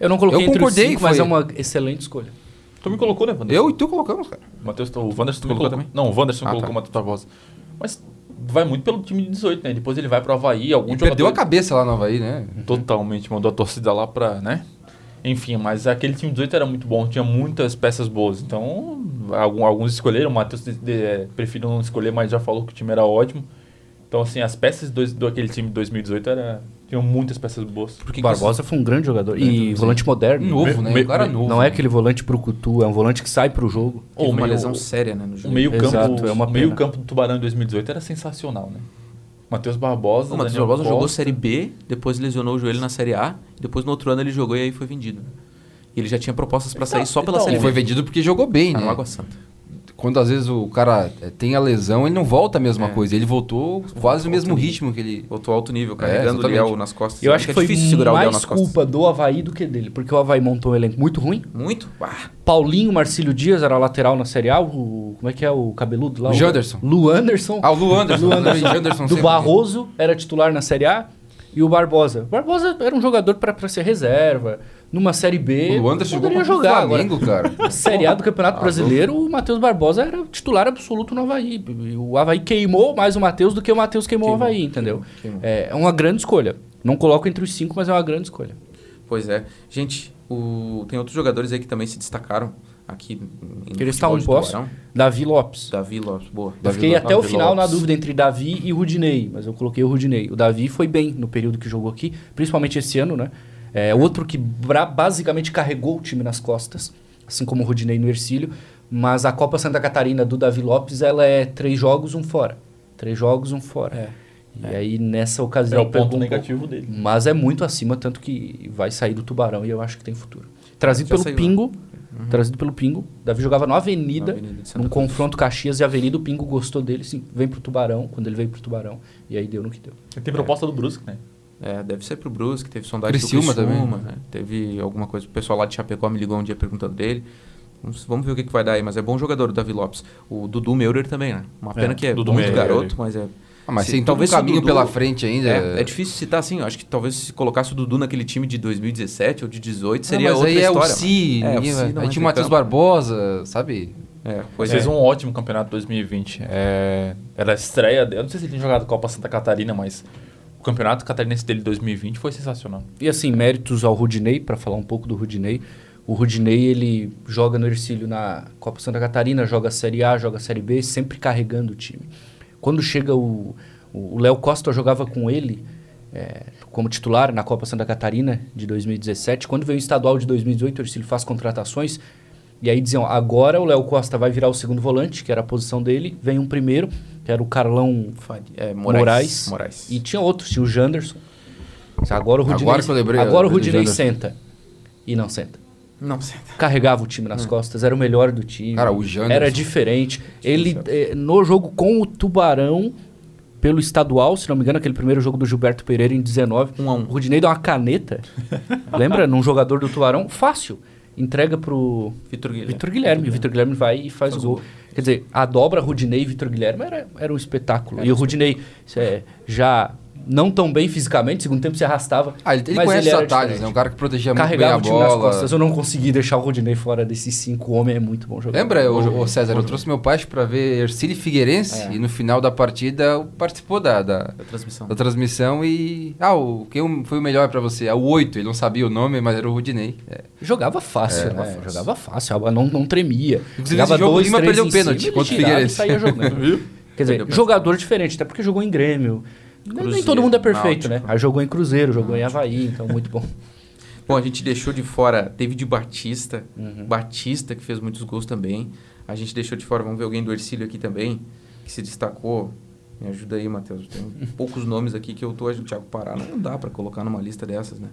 [SPEAKER 5] Eu não coloquei
[SPEAKER 3] Eu
[SPEAKER 5] entre os
[SPEAKER 3] concordei
[SPEAKER 5] cinco,
[SPEAKER 3] que
[SPEAKER 5] mas é
[SPEAKER 3] foi.
[SPEAKER 5] uma excelente escolha.
[SPEAKER 4] Tu me colocou, né, Wanderson?
[SPEAKER 3] Eu e tu colocamos, cara.
[SPEAKER 4] Matheus, o Wanderson tu me
[SPEAKER 2] colocou
[SPEAKER 4] colocou
[SPEAKER 2] também?
[SPEAKER 4] também? Não, o Wanderson
[SPEAKER 3] Ah,
[SPEAKER 4] colocou
[SPEAKER 3] tá.
[SPEAKER 4] o Matheus Barbosa. Mas vai muito pelo time de 18, né? Depois ele vai pro Havaí, algum
[SPEAKER 3] E
[SPEAKER 4] jogador...
[SPEAKER 3] perdeu a cabeça lá no Havaí, né?
[SPEAKER 4] Uhum. Totalmente, mandou a torcida lá pra, né? Enfim, mas aquele time 18 era muito bom, tinha muitas peças boas. Então, algum- alguns escolheram, o Matheus de- de- eh, preferiu não escolher, mas já falou que o time era ótimo. Então, assim, as peças do, do aquele time de 2018 era, tinham muitas peças boas.
[SPEAKER 5] Porque Barbosa foi um grande jogador. E volante moderno.
[SPEAKER 3] Novo, né?
[SPEAKER 4] me-
[SPEAKER 3] O cara
[SPEAKER 4] me-
[SPEAKER 3] novo.
[SPEAKER 5] Não é aquele volante pro cutu, é um volante que sai pro jogo.
[SPEAKER 2] Teve
[SPEAKER 4] Ou
[SPEAKER 2] uma
[SPEAKER 4] meio-
[SPEAKER 2] lesão séria, né, no
[SPEAKER 4] O
[SPEAKER 2] jogo.
[SPEAKER 4] meio-campo
[SPEAKER 5] Exato, é uma
[SPEAKER 4] o meio-campo
[SPEAKER 5] pena.
[SPEAKER 4] do Tubarão em 2018 era sensacional, né? Matheus Barbosa,
[SPEAKER 2] O Matheus
[SPEAKER 4] Daniel
[SPEAKER 2] Barbosa jogou
[SPEAKER 4] Costa.
[SPEAKER 2] Série B, depois lesionou o joelho na Série A, depois no outro ano ele jogou e aí foi vendido. E ele já tinha propostas pra sair só pela
[SPEAKER 4] então,
[SPEAKER 2] Série
[SPEAKER 3] Ele
[SPEAKER 2] B.
[SPEAKER 3] foi vendido porque jogou bem,
[SPEAKER 2] Tá
[SPEAKER 5] Ah,
[SPEAKER 3] né?
[SPEAKER 5] é
[SPEAKER 2] no Água Santa.
[SPEAKER 3] Quando às vezes o cara eh, tem a lesão, ele não volta a mesma
[SPEAKER 5] É.
[SPEAKER 3] coisa. Ele voltou quase o mesmo ritmo que ele.
[SPEAKER 2] Voltou alto nível, carregando o
[SPEAKER 3] exatamente.
[SPEAKER 2] Liel nas costas.
[SPEAKER 5] Eu acho que
[SPEAKER 2] é
[SPEAKER 5] foi
[SPEAKER 2] difícil segurar o Liel
[SPEAKER 5] mais
[SPEAKER 2] nas costas.
[SPEAKER 5] culpa do Havaí do que dele, porque o Havaí montou um elenco muito ruim.
[SPEAKER 2] Muito? Ah,
[SPEAKER 5] Paulinho Marcílio Dias era lateral na Série A, o, como é que é o cabeludo lá?
[SPEAKER 3] Lu Janderson.
[SPEAKER 5] Lu Anderson.
[SPEAKER 3] Ah, o Lu Anderson.
[SPEAKER 5] Lu
[SPEAKER 3] Anderson. Anderson
[SPEAKER 5] do
[SPEAKER 3] sempre.
[SPEAKER 5] Barroso era titular na Série A e o Barbosa. O Barbosa era um jogador pra pra ser reserva. Numa Série B,
[SPEAKER 3] O Lu Anderson jogou
[SPEAKER 5] poderia
[SPEAKER 3] contra
[SPEAKER 5] jogar
[SPEAKER 3] o
[SPEAKER 5] agora.
[SPEAKER 3] Flamengo, cara.
[SPEAKER 5] Série A do Campeonato Brasileiro, o Matheus Barbosa era o titular absoluto no Havaí. E O Havaí queimou mais o Matheus do que o Matheus queimou, o Havaí, entendeu? É é uma grande escolha. Não coloco entre os cinco, mas é uma grande escolha.
[SPEAKER 2] pois é. Gente, o- tem outros jogadores aí que também se destacaram aqui em
[SPEAKER 5] Queria citar um
[SPEAKER 2] futebol de
[SPEAKER 5] posse.
[SPEAKER 2] Tubarão.
[SPEAKER 5] Davi Lopes.
[SPEAKER 2] Davi Lopes, boa.
[SPEAKER 5] Eu
[SPEAKER 3] Davi
[SPEAKER 5] fiquei
[SPEAKER 3] Lopes.
[SPEAKER 5] até o
[SPEAKER 2] Davi
[SPEAKER 5] final na
[SPEAKER 2] Lopes.
[SPEAKER 5] dúvida entre Davi e Rudinei, mas eu coloquei o Rudinei. O Davi foi bem no período que jogou aqui, principalmente esse ano, né? É outro que bra- basicamente carregou o time nas costas, assim como o Rudinei no Ercílio. Mas a Copa Santa Catarina do Davi Lopes, ela é três jogos, um fora. Três jogos, um fora. E aí, nessa
[SPEAKER 4] É
[SPEAKER 5] ocasião,
[SPEAKER 4] o
[SPEAKER 5] pegou
[SPEAKER 4] ponto
[SPEAKER 5] um
[SPEAKER 4] negativo dele.
[SPEAKER 5] pouco. Mas é muito acima, tanto que vai sair do Tubarão e eu acho que tem futuro. Trazido
[SPEAKER 2] Já
[SPEAKER 5] pelo
[SPEAKER 2] saiu, né?
[SPEAKER 5] Pingo, trazido pelo Pingo. Davi jogava no Avenida,
[SPEAKER 2] Na Avenida de Santa
[SPEAKER 5] num confronto Caxias e Avenida. O Pingo gostou dele, sim. Vem pro Tubarão, quando ele veio pro Tubarão. E aí deu no que deu.
[SPEAKER 4] Ele tem proposta do Brusque, né?
[SPEAKER 2] É, deve ser pro Brusque, teve sondagem
[SPEAKER 3] Criciúma
[SPEAKER 2] do Criciúma, né? teve alguma coisa, o pessoal lá de Chapecó me ligou um dia perguntando dele. Vamos, vamos ver o que, que vai dar aí, mas é bom jogador o Davi Lopes. O Dudu Meurer também, né? Uma pena que é
[SPEAKER 4] Dudu
[SPEAKER 2] muito
[SPEAKER 4] Meurer.
[SPEAKER 2] garoto, mas é...
[SPEAKER 3] Ah, mas
[SPEAKER 2] se-
[SPEAKER 3] tem talvez
[SPEAKER 2] se
[SPEAKER 3] um
[SPEAKER 2] o
[SPEAKER 3] caminho
[SPEAKER 2] Dudu-
[SPEAKER 3] pela frente ainda.
[SPEAKER 2] É, é difícil citar assim, eu acho que talvez se colocasse o Dudu naquele time de 2017 ou de 18 seria
[SPEAKER 3] ah, mas
[SPEAKER 2] outra
[SPEAKER 3] aí
[SPEAKER 2] história.
[SPEAKER 3] é o Si,
[SPEAKER 2] mano. É, o
[SPEAKER 3] ninguém
[SPEAKER 2] Si
[SPEAKER 3] vai-
[SPEAKER 2] não
[SPEAKER 3] aí
[SPEAKER 2] entra
[SPEAKER 3] tinha
[SPEAKER 2] em
[SPEAKER 3] o Matheus
[SPEAKER 2] campo.
[SPEAKER 3] Barbosa, sabe?
[SPEAKER 2] É, pois
[SPEAKER 4] Fez
[SPEAKER 2] é.
[SPEAKER 4] um ótimo campeonato 2020. É, era a estreia dele. Eu não sei se ele tinha jogado Copa Santa Catarina, mas o campeonato catarinense dele 2020 foi sensacional.
[SPEAKER 5] E assim, méritos ao Rudinei, pra falar um pouco do Rudinei. O Rudinei, ele joga no Ercílio na Copa Santa Catarina, joga Série A, joga Série B, sempre carregando o time. Quando chega o... O Léo Costa jogava com ele é, como titular na Copa Santa Catarina de 2017. Quando veio o estadual de 2018, o Ercílio faz contratações. E aí diziam, agora o Léo Costa vai virar o segundo volante, que era a posição dele. Vem um primeiro, que era o Carlão
[SPEAKER 2] Fadi- é,
[SPEAKER 5] Moraes.
[SPEAKER 2] Moraes. Moraes.
[SPEAKER 5] E tinha outros, tinha o Janderson. Agora o Rudinei,
[SPEAKER 3] Agora que eu lembrei,
[SPEAKER 5] agora o
[SPEAKER 3] eu assim. lembrei do
[SPEAKER 5] Rudinei
[SPEAKER 3] Janderson.
[SPEAKER 5] senta. E não senta.
[SPEAKER 2] Não sei.
[SPEAKER 5] Carregava o time nas costas, era o melhor do time.
[SPEAKER 3] Cara, o Janderson-
[SPEAKER 5] Era diferente. Ele, eh, no jogo com o Tubarão, pelo estadual, se não me engano, aquele primeiro jogo do Gilberto Pereira em 19,
[SPEAKER 2] Um a um.
[SPEAKER 5] o Rudinei dá uma caneta, lembra? Num jogador do Tubarão, fácil. Entrega pro
[SPEAKER 2] Vitor Guilherme.
[SPEAKER 5] Vitor Guilherme. Vitor Guilherme vai e faz, o gol. Quer dizer, a dobra Rudinei e Vitor Guilherme era, era um espetáculo. e o Rudinei eh, já não tão bem fisicamente, segundo tempo se arrastava.
[SPEAKER 3] Ah, ele, ele
[SPEAKER 5] mas
[SPEAKER 3] conhece
[SPEAKER 5] ele
[SPEAKER 3] os
[SPEAKER 5] era
[SPEAKER 3] atalhos,
[SPEAKER 5] diferente.
[SPEAKER 3] né? Um cara que protegia muito bem
[SPEAKER 5] Carregava
[SPEAKER 3] a
[SPEAKER 5] o time nas
[SPEAKER 3] bola.
[SPEAKER 5] costas. Eu não consegui deixar o Rodinei fora desses cinco homens. É muito bom jogar.
[SPEAKER 3] Lembra, ô, ô César, eu trouxe meu pai pra ver Ercílio e Figueirense e no final da partida participou da, da,
[SPEAKER 2] Da transmissão.
[SPEAKER 3] da transmissão e... Ah, o, quem foi o melhor pra você? É o 8, ele não sabia o nome, mas era o Rudinei. É.
[SPEAKER 5] Jogava fácil, né? Jogava fácil. a bola Não, não tremia.
[SPEAKER 3] Inclusive, esse jogo, o Lima
[SPEAKER 5] três
[SPEAKER 3] perdeu
[SPEAKER 5] em
[SPEAKER 3] pênalti
[SPEAKER 5] cima, ele
[SPEAKER 3] contra o
[SPEAKER 5] tirava e
[SPEAKER 3] Figueirense.
[SPEAKER 5] saía jogando. Quer dizer, jogador diferente, até porque jogou em Grêmio. Nem- nem
[SPEAKER 2] Cruzeiro,
[SPEAKER 5] todo mundo é perfeito,
[SPEAKER 2] Náutico.
[SPEAKER 5] né? Aí jogou em Cruzeiro, jogou em Havaí, então muito bom.
[SPEAKER 2] Bom, a gente deixou de fora David Batista,
[SPEAKER 5] Uhum.
[SPEAKER 2] Batista que fez muitos gols também. A gente deixou de fora, vamos ver alguém do Ercílio aqui também. que se destacou. Me ajuda aí, Matheus. Tem poucos nomes aqui que eu tô. Thiago Pará não dá pra colocar numa lista dessas, né?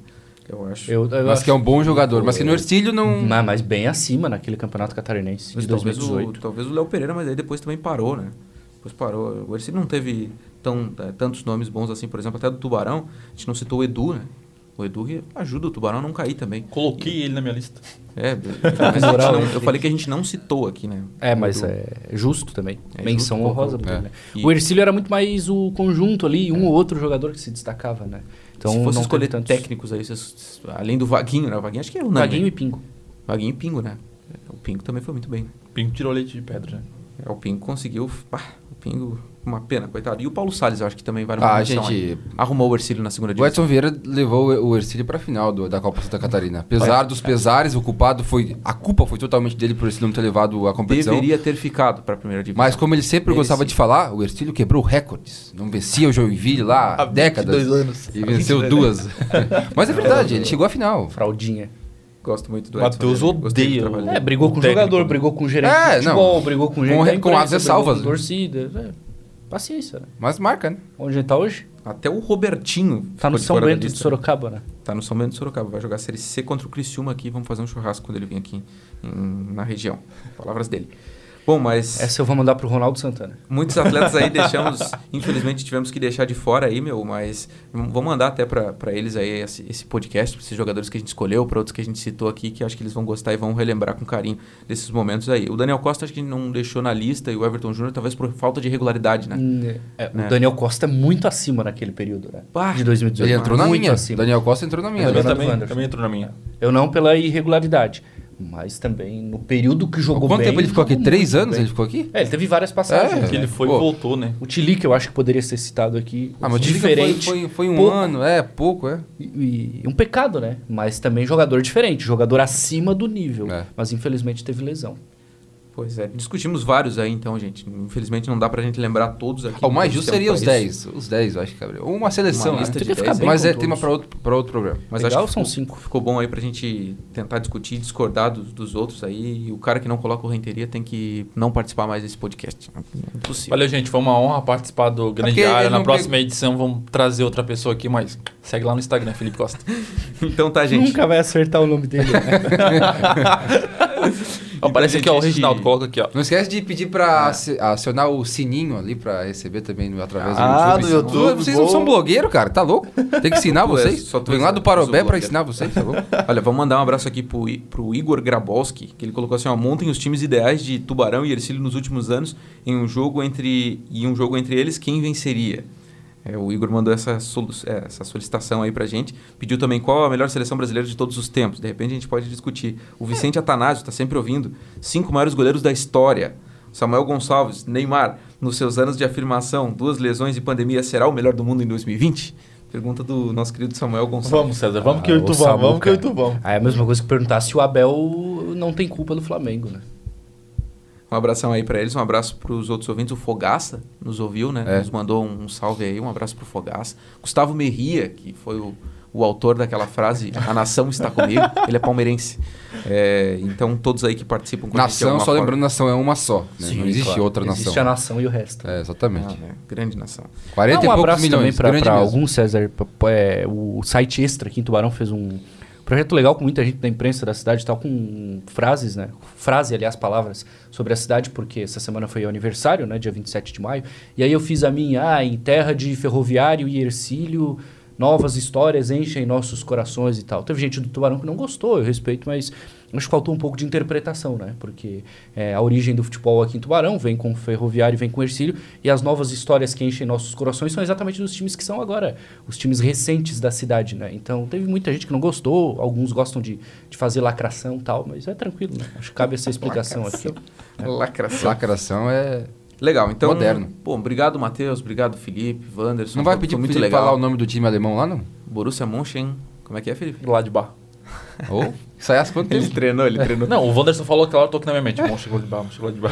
[SPEAKER 2] Eu acho.
[SPEAKER 5] Eu, eu
[SPEAKER 3] Mas
[SPEAKER 5] acho-
[SPEAKER 3] que é um bom jogador. Mas que no Ercílio não.
[SPEAKER 5] Ma- Mas bem acima naquele campeonato catarinense
[SPEAKER 2] Mas
[SPEAKER 5] de
[SPEAKER 2] talvez o-
[SPEAKER 5] 2018.
[SPEAKER 2] Talvez o Léo Pereira, mas aí depois também parou, né? Depois parou. O Ercílio não teve tão, eh, tantos nomes bons assim, por exemplo, até do Tubarão. A gente não citou o Edu, né? O Edu que ajuda o Tubarão a não cair também.
[SPEAKER 4] Coloquei ele na minha lista.
[SPEAKER 2] É, mas a gente
[SPEAKER 5] Moral,
[SPEAKER 2] não-
[SPEAKER 5] né?
[SPEAKER 2] eu falei que a gente não citou aqui, né?
[SPEAKER 5] É, mas
[SPEAKER 2] Edu.
[SPEAKER 5] é justo também.
[SPEAKER 2] É
[SPEAKER 5] Menção
[SPEAKER 2] justo,
[SPEAKER 5] honrosa.
[SPEAKER 2] concordo.
[SPEAKER 5] pra ele, né?
[SPEAKER 2] E- É.
[SPEAKER 5] O Ercílio era muito mais o conjunto ali, um ou outro jogador que se destacava, né? Então,
[SPEAKER 2] Se fosse
[SPEAKER 5] não
[SPEAKER 2] escolher
[SPEAKER 5] teve tantos.
[SPEAKER 2] técnicos aí, vocês- além do Vaguinho, né? O Vaguinho acho que é o Nani,
[SPEAKER 5] Vaguinho
[SPEAKER 2] né?
[SPEAKER 5] e Pingo.
[SPEAKER 2] Vaguinho e Pingo, né? O Pingo também foi muito bem. né?
[SPEAKER 4] Pingo tirou leite de pedra, né?
[SPEAKER 2] É, o Pingo conseguiu. pá, o Pingo, uma pena, coitado. E o Paulo Salles, eu acho que também vai numa
[SPEAKER 3] Ah,
[SPEAKER 2] menção
[SPEAKER 3] gente,
[SPEAKER 2] aí. Arrumou o Ercílio na segunda
[SPEAKER 3] O
[SPEAKER 2] divisão.
[SPEAKER 3] Edson Vieira levou o Ercílio pra final do- da Copa Santa Catarina. Apesar dos pesares, o culpado foi. A culpa foi totalmente dele por Ercílio não ter levado a competição.
[SPEAKER 2] Deveria ter ficado pra primeira divisão.
[SPEAKER 3] é um Mas como ele sempre
[SPEAKER 2] Merecia.
[SPEAKER 3] gostava de falar, o Ercílio quebrou recordes. Não vencia o Joinville lá há décadas.
[SPEAKER 4] anos.
[SPEAKER 3] E venceu duas. Mas é verdade, ele chegou à final.
[SPEAKER 5] Fraldinha.
[SPEAKER 2] Gosto muito do
[SPEAKER 4] Matheus
[SPEAKER 2] Edson Vieira, gostei do
[SPEAKER 4] odeia
[SPEAKER 2] trabalho
[SPEAKER 4] o-
[SPEAKER 5] É,
[SPEAKER 2] dele.
[SPEAKER 5] brigou com o
[SPEAKER 4] técnico,
[SPEAKER 5] jogador,
[SPEAKER 4] né?
[SPEAKER 5] brigou com o gerente
[SPEAKER 3] É,
[SPEAKER 5] de futebol,
[SPEAKER 3] não.
[SPEAKER 5] brigou com
[SPEAKER 3] Com
[SPEAKER 5] gente da
[SPEAKER 3] re- com
[SPEAKER 5] imprensa,
[SPEAKER 3] asas
[SPEAKER 5] brigou
[SPEAKER 3] salvas,
[SPEAKER 5] com
[SPEAKER 3] né?
[SPEAKER 5] torcida. é, paciência. né?
[SPEAKER 3] Mas marca, né?
[SPEAKER 5] Onde ele tá hoje?
[SPEAKER 2] Até o Robertinho.
[SPEAKER 5] Tá
[SPEAKER 2] ficou
[SPEAKER 5] no
[SPEAKER 2] de
[SPEAKER 5] São
[SPEAKER 2] fora da
[SPEAKER 5] Bento de
[SPEAKER 2] lista.
[SPEAKER 5] Sorocaba, né?
[SPEAKER 2] Tá no São Bento de Sorocaba. Vai jogar a Série C contra o Criciúma aqui. Vamos fazer um churrasco quando ele vir aqui em- na região. Palavras dele. Bom, mas
[SPEAKER 5] Essa eu vou mandar pro Ronaldo Santana.
[SPEAKER 2] muitos atletas aí deixamos... Infelizmente tivemos que deixar de fora aí, meu. Mas v- vou mandar até pra pra eles aí esse, esse podcast, pra esses jogadores que a gente escolheu, pra outros que a gente citou aqui, que acho que eles vão gostar e vão relembrar com carinho desses momentos aí. O Daniel Costa acho que não deixou na lista e o Everton Júnior talvez por falta de regularidade, né?
[SPEAKER 5] Hum, é,
[SPEAKER 2] Né?
[SPEAKER 5] O Daniel Costa é muito acima naquele período, né?
[SPEAKER 2] Pá,
[SPEAKER 5] De 2018.
[SPEAKER 3] Ele entrou na
[SPEAKER 5] muito
[SPEAKER 3] minha.
[SPEAKER 5] acima.
[SPEAKER 3] Daniel Costa entrou
[SPEAKER 6] É,
[SPEAKER 3] na minha.
[SPEAKER 4] Também,
[SPEAKER 5] Leonardo
[SPEAKER 4] também,
[SPEAKER 5] Wanderson.
[SPEAKER 4] também entrou na minha.
[SPEAKER 5] Eu não pela irregularidade, mas também no período que jogou
[SPEAKER 3] Quanto
[SPEAKER 5] bem.
[SPEAKER 3] tempo ele ficou aqui?
[SPEAKER 5] jogou
[SPEAKER 3] Três
[SPEAKER 5] muito
[SPEAKER 3] anos
[SPEAKER 5] bem.
[SPEAKER 3] ele ficou aqui?
[SPEAKER 5] É, ele teve várias passagens.
[SPEAKER 3] É.
[SPEAKER 5] né?
[SPEAKER 4] Que ele foi
[SPEAKER 3] Pô.
[SPEAKER 4] e voltou, né?
[SPEAKER 5] O Tili, que eu acho que poderia ser citado aqui. um
[SPEAKER 3] Ah, mas diferente. Foi,
[SPEAKER 5] diferente.
[SPEAKER 3] foi, um
[SPEAKER 5] pouco,
[SPEAKER 3] ano, é, pouco, é.
[SPEAKER 5] E, e um pecado, né? Mas também jogador diferente, jogador acima do nível.
[SPEAKER 3] É.
[SPEAKER 5] Mas infelizmente teve lesão.
[SPEAKER 2] Pois é, discutimos vários aí então, gente. Infelizmente não dá pra gente lembrar todos aqui.
[SPEAKER 3] Ah, o mais
[SPEAKER 2] Não temos
[SPEAKER 3] justo seria
[SPEAKER 2] tempo
[SPEAKER 3] os
[SPEAKER 2] pra
[SPEAKER 3] 10. Os 10, eu acho que abriu. Ou uma seleção,
[SPEAKER 2] Uma
[SPEAKER 3] né?
[SPEAKER 2] lista
[SPEAKER 5] de Tem que 10, ficar bem
[SPEAKER 3] Mas
[SPEAKER 5] com
[SPEAKER 3] é
[SPEAKER 5] todos.
[SPEAKER 3] tema para outro, pra outro programa.
[SPEAKER 2] Mas
[SPEAKER 5] Legal,
[SPEAKER 2] acho que
[SPEAKER 5] são
[SPEAKER 2] ficou-
[SPEAKER 5] cinco.
[SPEAKER 2] Ficou bom aí pra gente tentar discutir, discordar dos, dos outros aí. E o cara que não coloca o renteria tem que não participar mais desse podcast. É Impossível.
[SPEAKER 4] Valeu, gente. Foi uma honra participar do Grande
[SPEAKER 3] porque
[SPEAKER 4] Área.
[SPEAKER 3] ele
[SPEAKER 4] Na
[SPEAKER 3] não
[SPEAKER 4] próxima edição vamos trazer outra pessoa aqui, mas segue lá no Instagram, Felipe Costa.
[SPEAKER 2] Então tá, gente.
[SPEAKER 5] Nunca vai acertar o nome dele. né?
[SPEAKER 4] Aparece aqui, ó, o
[SPEAKER 2] gente-
[SPEAKER 4] Reginaldo. Coloca aqui, ó.
[SPEAKER 3] Não esquece de pedir para
[SPEAKER 2] É.
[SPEAKER 3] acionar o sininho ali para receber também no- através
[SPEAKER 6] Ah,
[SPEAKER 3] do YouTube.
[SPEAKER 6] no YouTube,
[SPEAKER 3] Vocês não
[SPEAKER 6] boa.
[SPEAKER 3] são blogueiro, cara. Tá louco? Tem que ensinar
[SPEAKER 2] Tu é,
[SPEAKER 3] vocês.
[SPEAKER 2] só tu
[SPEAKER 3] Vem
[SPEAKER 2] é,
[SPEAKER 3] lá do
[SPEAKER 2] só
[SPEAKER 3] Parobé
[SPEAKER 2] sou
[SPEAKER 3] para
[SPEAKER 2] blogueiro.
[SPEAKER 3] ensinar vocês, tá louco?
[SPEAKER 2] Olha, vamos mandar um abraço aqui pro, I- pro Igor Grabowski, que ele colocou assim, ó, montem os times ideais de Tubarão e Ercílio nos últimos anos em um jogo entre e um jogo entre eles, quem venceria? É, o Igor mandou essa, solu- é, essa solicitação aí pra gente. Pediu também qual a melhor seleção brasileira de todos os tempos. De repente a gente pode discutir. O Vicente Atanásio tá sempre ouvindo. Cinco maiores goleiros da história. Samuel Gonçalves, Neymar, nos seus anos de afirmação, duas lesões e pandemia, será o melhor do mundo em 2020? Pergunta do nosso querido Samuel Gonçalves.
[SPEAKER 6] Vamos, César, vamos que eu e tu
[SPEAKER 5] Ah, o
[SPEAKER 6] vamos, vamos
[SPEAKER 5] Samuca.
[SPEAKER 6] que eu e tu vamos.
[SPEAKER 5] Ah, é a mesma coisa que perguntar se o Abel não tem culpa do Flamengo, né?
[SPEAKER 2] Um abração aí pra eles, um abraço pros outros ouvintes. O Fogaça nos ouviu, né?
[SPEAKER 3] É.
[SPEAKER 2] Nos mandou um salve aí, um abraço pro Fogaça. Gustavo Merria, que foi o, o autor daquela frase A Nação está comigo, ele é palmeirense. É, então, todos aí que participam com a gente. de
[SPEAKER 3] Nação,
[SPEAKER 2] alguma
[SPEAKER 3] só
[SPEAKER 2] forma.
[SPEAKER 3] lembrando, nação é uma só. né? não existe
[SPEAKER 5] claro.
[SPEAKER 3] outra
[SPEAKER 5] Existe
[SPEAKER 3] nação.
[SPEAKER 5] a nação e o resto.
[SPEAKER 3] É, exatamente.
[SPEAKER 2] Ah, né? Grande nação.
[SPEAKER 5] Dá
[SPEAKER 3] 40
[SPEAKER 5] um
[SPEAKER 3] e poucos
[SPEAKER 5] abraço
[SPEAKER 3] milhões.
[SPEAKER 5] também
[SPEAKER 3] grande
[SPEAKER 5] para
[SPEAKER 3] mesmo.
[SPEAKER 5] algum César. p- p- é, o site Extra aqui em Tubarão fez um projeto legal com muita gente da imprensa da cidade e tal, com frases, né? Frase, aliás, palavras sobre a cidade, porque essa semana foi o aniversário, né? Dia 27 de maio. E aí eu fiz a minha, ah, em terra de ferroviário e Ercílio, novas histórias enchem nossos corações e tal. Teve gente do Tubarão que não gostou, eu respeito, mas acho que faltou um pouco de interpretação, né? Porque é, a origem do futebol aqui em Tubarão vem com o Ferroviário, vem com o Ercílio, e as novas histórias que enchem nossos corações são exatamente dos times que são agora, os times recentes da cidade, né? Então teve muita gente que não gostou, alguns gostam de, de fazer lacração e tal, mas é tranquilo, né? Acho que cabe essa explicação aqui.
[SPEAKER 2] Lacração.
[SPEAKER 3] Lacração é.
[SPEAKER 2] Legal, então.
[SPEAKER 3] Moderno.
[SPEAKER 2] Bom, obrigado, Matheus. Obrigado, Felipe, Wanderson.
[SPEAKER 3] Não vai
[SPEAKER 2] foi-
[SPEAKER 3] pedir
[SPEAKER 2] foi
[SPEAKER 3] pro
[SPEAKER 2] muito
[SPEAKER 3] Felipe
[SPEAKER 2] legal.
[SPEAKER 3] falar o nome do time alemão lá, não?
[SPEAKER 2] Borussia Mönchen. Como é que é, Felipe?
[SPEAKER 4] Lá de bar.
[SPEAKER 3] Ou saiasse quanto tempo?
[SPEAKER 2] treinou, ele treinou.
[SPEAKER 4] Não, o Wanderson falou que lá eu tô aqui na minha mente. Bom, chegou de bar, bom, chegou de bar.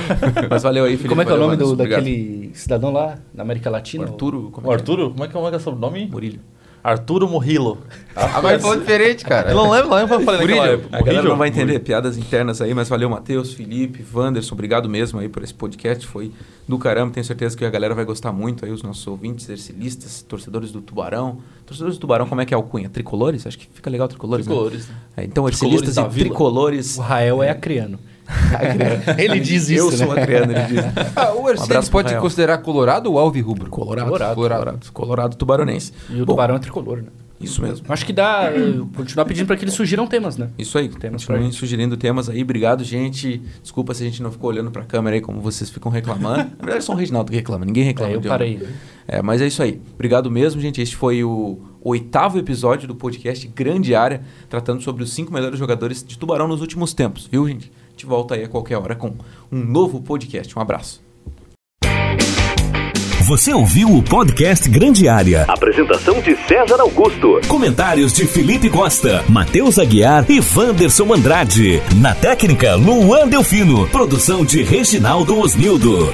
[SPEAKER 2] Mas valeu aí, Felipe.
[SPEAKER 5] Como é que é o
[SPEAKER 2] valeu,
[SPEAKER 5] nome do,
[SPEAKER 2] Wanderson, obrigado.
[SPEAKER 5] daquele cidadão lá na América Latina?
[SPEAKER 2] Arturo, como
[SPEAKER 4] O
[SPEAKER 2] é que é?
[SPEAKER 4] Arturo? Como é que é, como é, que é o sobrenome?
[SPEAKER 2] Murilo.
[SPEAKER 4] Arturo Murilo.
[SPEAKER 3] Agora ele falou diferente, cara.
[SPEAKER 4] Eu
[SPEAKER 2] é.
[SPEAKER 4] não lembro, não lembro o que eu falei naquela
[SPEAKER 2] Murilo,
[SPEAKER 4] época.
[SPEAKER 2] a galera
[SPEAKER 4] Murilo.
[SPEAKER 2] não vai entender piadas internas aí, mas valeu, Matheus, Felipe, Wanderson, obrigado mesmo aí por esse podcast, foi do caramba, tenho certeza que a galera vai gostar muito aí, os nossos ouvintes, ercilistas, torcedores do Tubarão. Torcedores do Tubarão, como é que é a alcunha? Tricolores? Acho que fica legal tricolores, né?
[SPEAKER 4] Tricolores, né?
[SPEAKER 2] É, então,
[SPEAKER 4] Tricolores
[SPEAKER 2] ercilistas
[SPEAKER 4] da
[SPEAKER 2] e
[SPEAKER 4] Vila.
[SPEAKER 2] tricolores...
[SPEAKER 5] O Rael é acriano. ele diz isso,
[SPEAKER 2] Eu sou
[SPEAKER 5] né?
[SPEAKER 2] acriano, ele diz.
[SPEAKER 3] Ah, o Ercedes
[SPEAKER 2] Um abraço pro
[SPEAKER 3] pode
[SPEAKER 2] Rael.
[SPEAKER 3] considerar colorado ou alvo rubro?
[SPEAKER 2] Colorado.
[SPEAKER 5] Colorado,
[SPEAKER 2] Colorado, Colorado tubaronense.
[SPEAKER 5] E o
[SPEAKER 2] Bom,
[SPEAKER 5] tubarão é tricolor, né?
[SPEAKER 2] Isso mesmo.
[SPEAKER 5] Acho que dá. eh, Continuar pedindo pra que eles sugiram temas, né?
[SPEAKER 2] Isso aí,
[SPEAKER 5] Temas pra
[SPEAKER 2] continuem sugerindo temas aí. Obrigado, gente. Desculpa se a gente não ficou olhando pra câmera aí, como vocês ficam reclamando. Na verdade, é só o Reginaldo que reclama, ninguém reclama.
[SPEAKER 5] É, eu
[SPEAKER 2] de
[SPEAKER 5] parei.
[SPEAKER 2] homem. É, mas é isso aí. Obrigado mesmo, gente. Este foi o oitavo episódio do podcast Grande Área, tratando sobre os cinco melhores jogadores de Tubarão nos últimos tempos, viu, gente? A gente volta aí a qualquer hora com um novo podcast. Um abraço.
[SPEAKER 1] Você ouviu o podcast Grande Área.
[SPEAKER 6] Apresentação de César Augusto.
[SPEAKER 1] Comentários de Felipe Costa, Matheus Aguiar e Wanderson Andrade. Na técnica, Luan Delfino. Produção de Reginaldo Osnildo.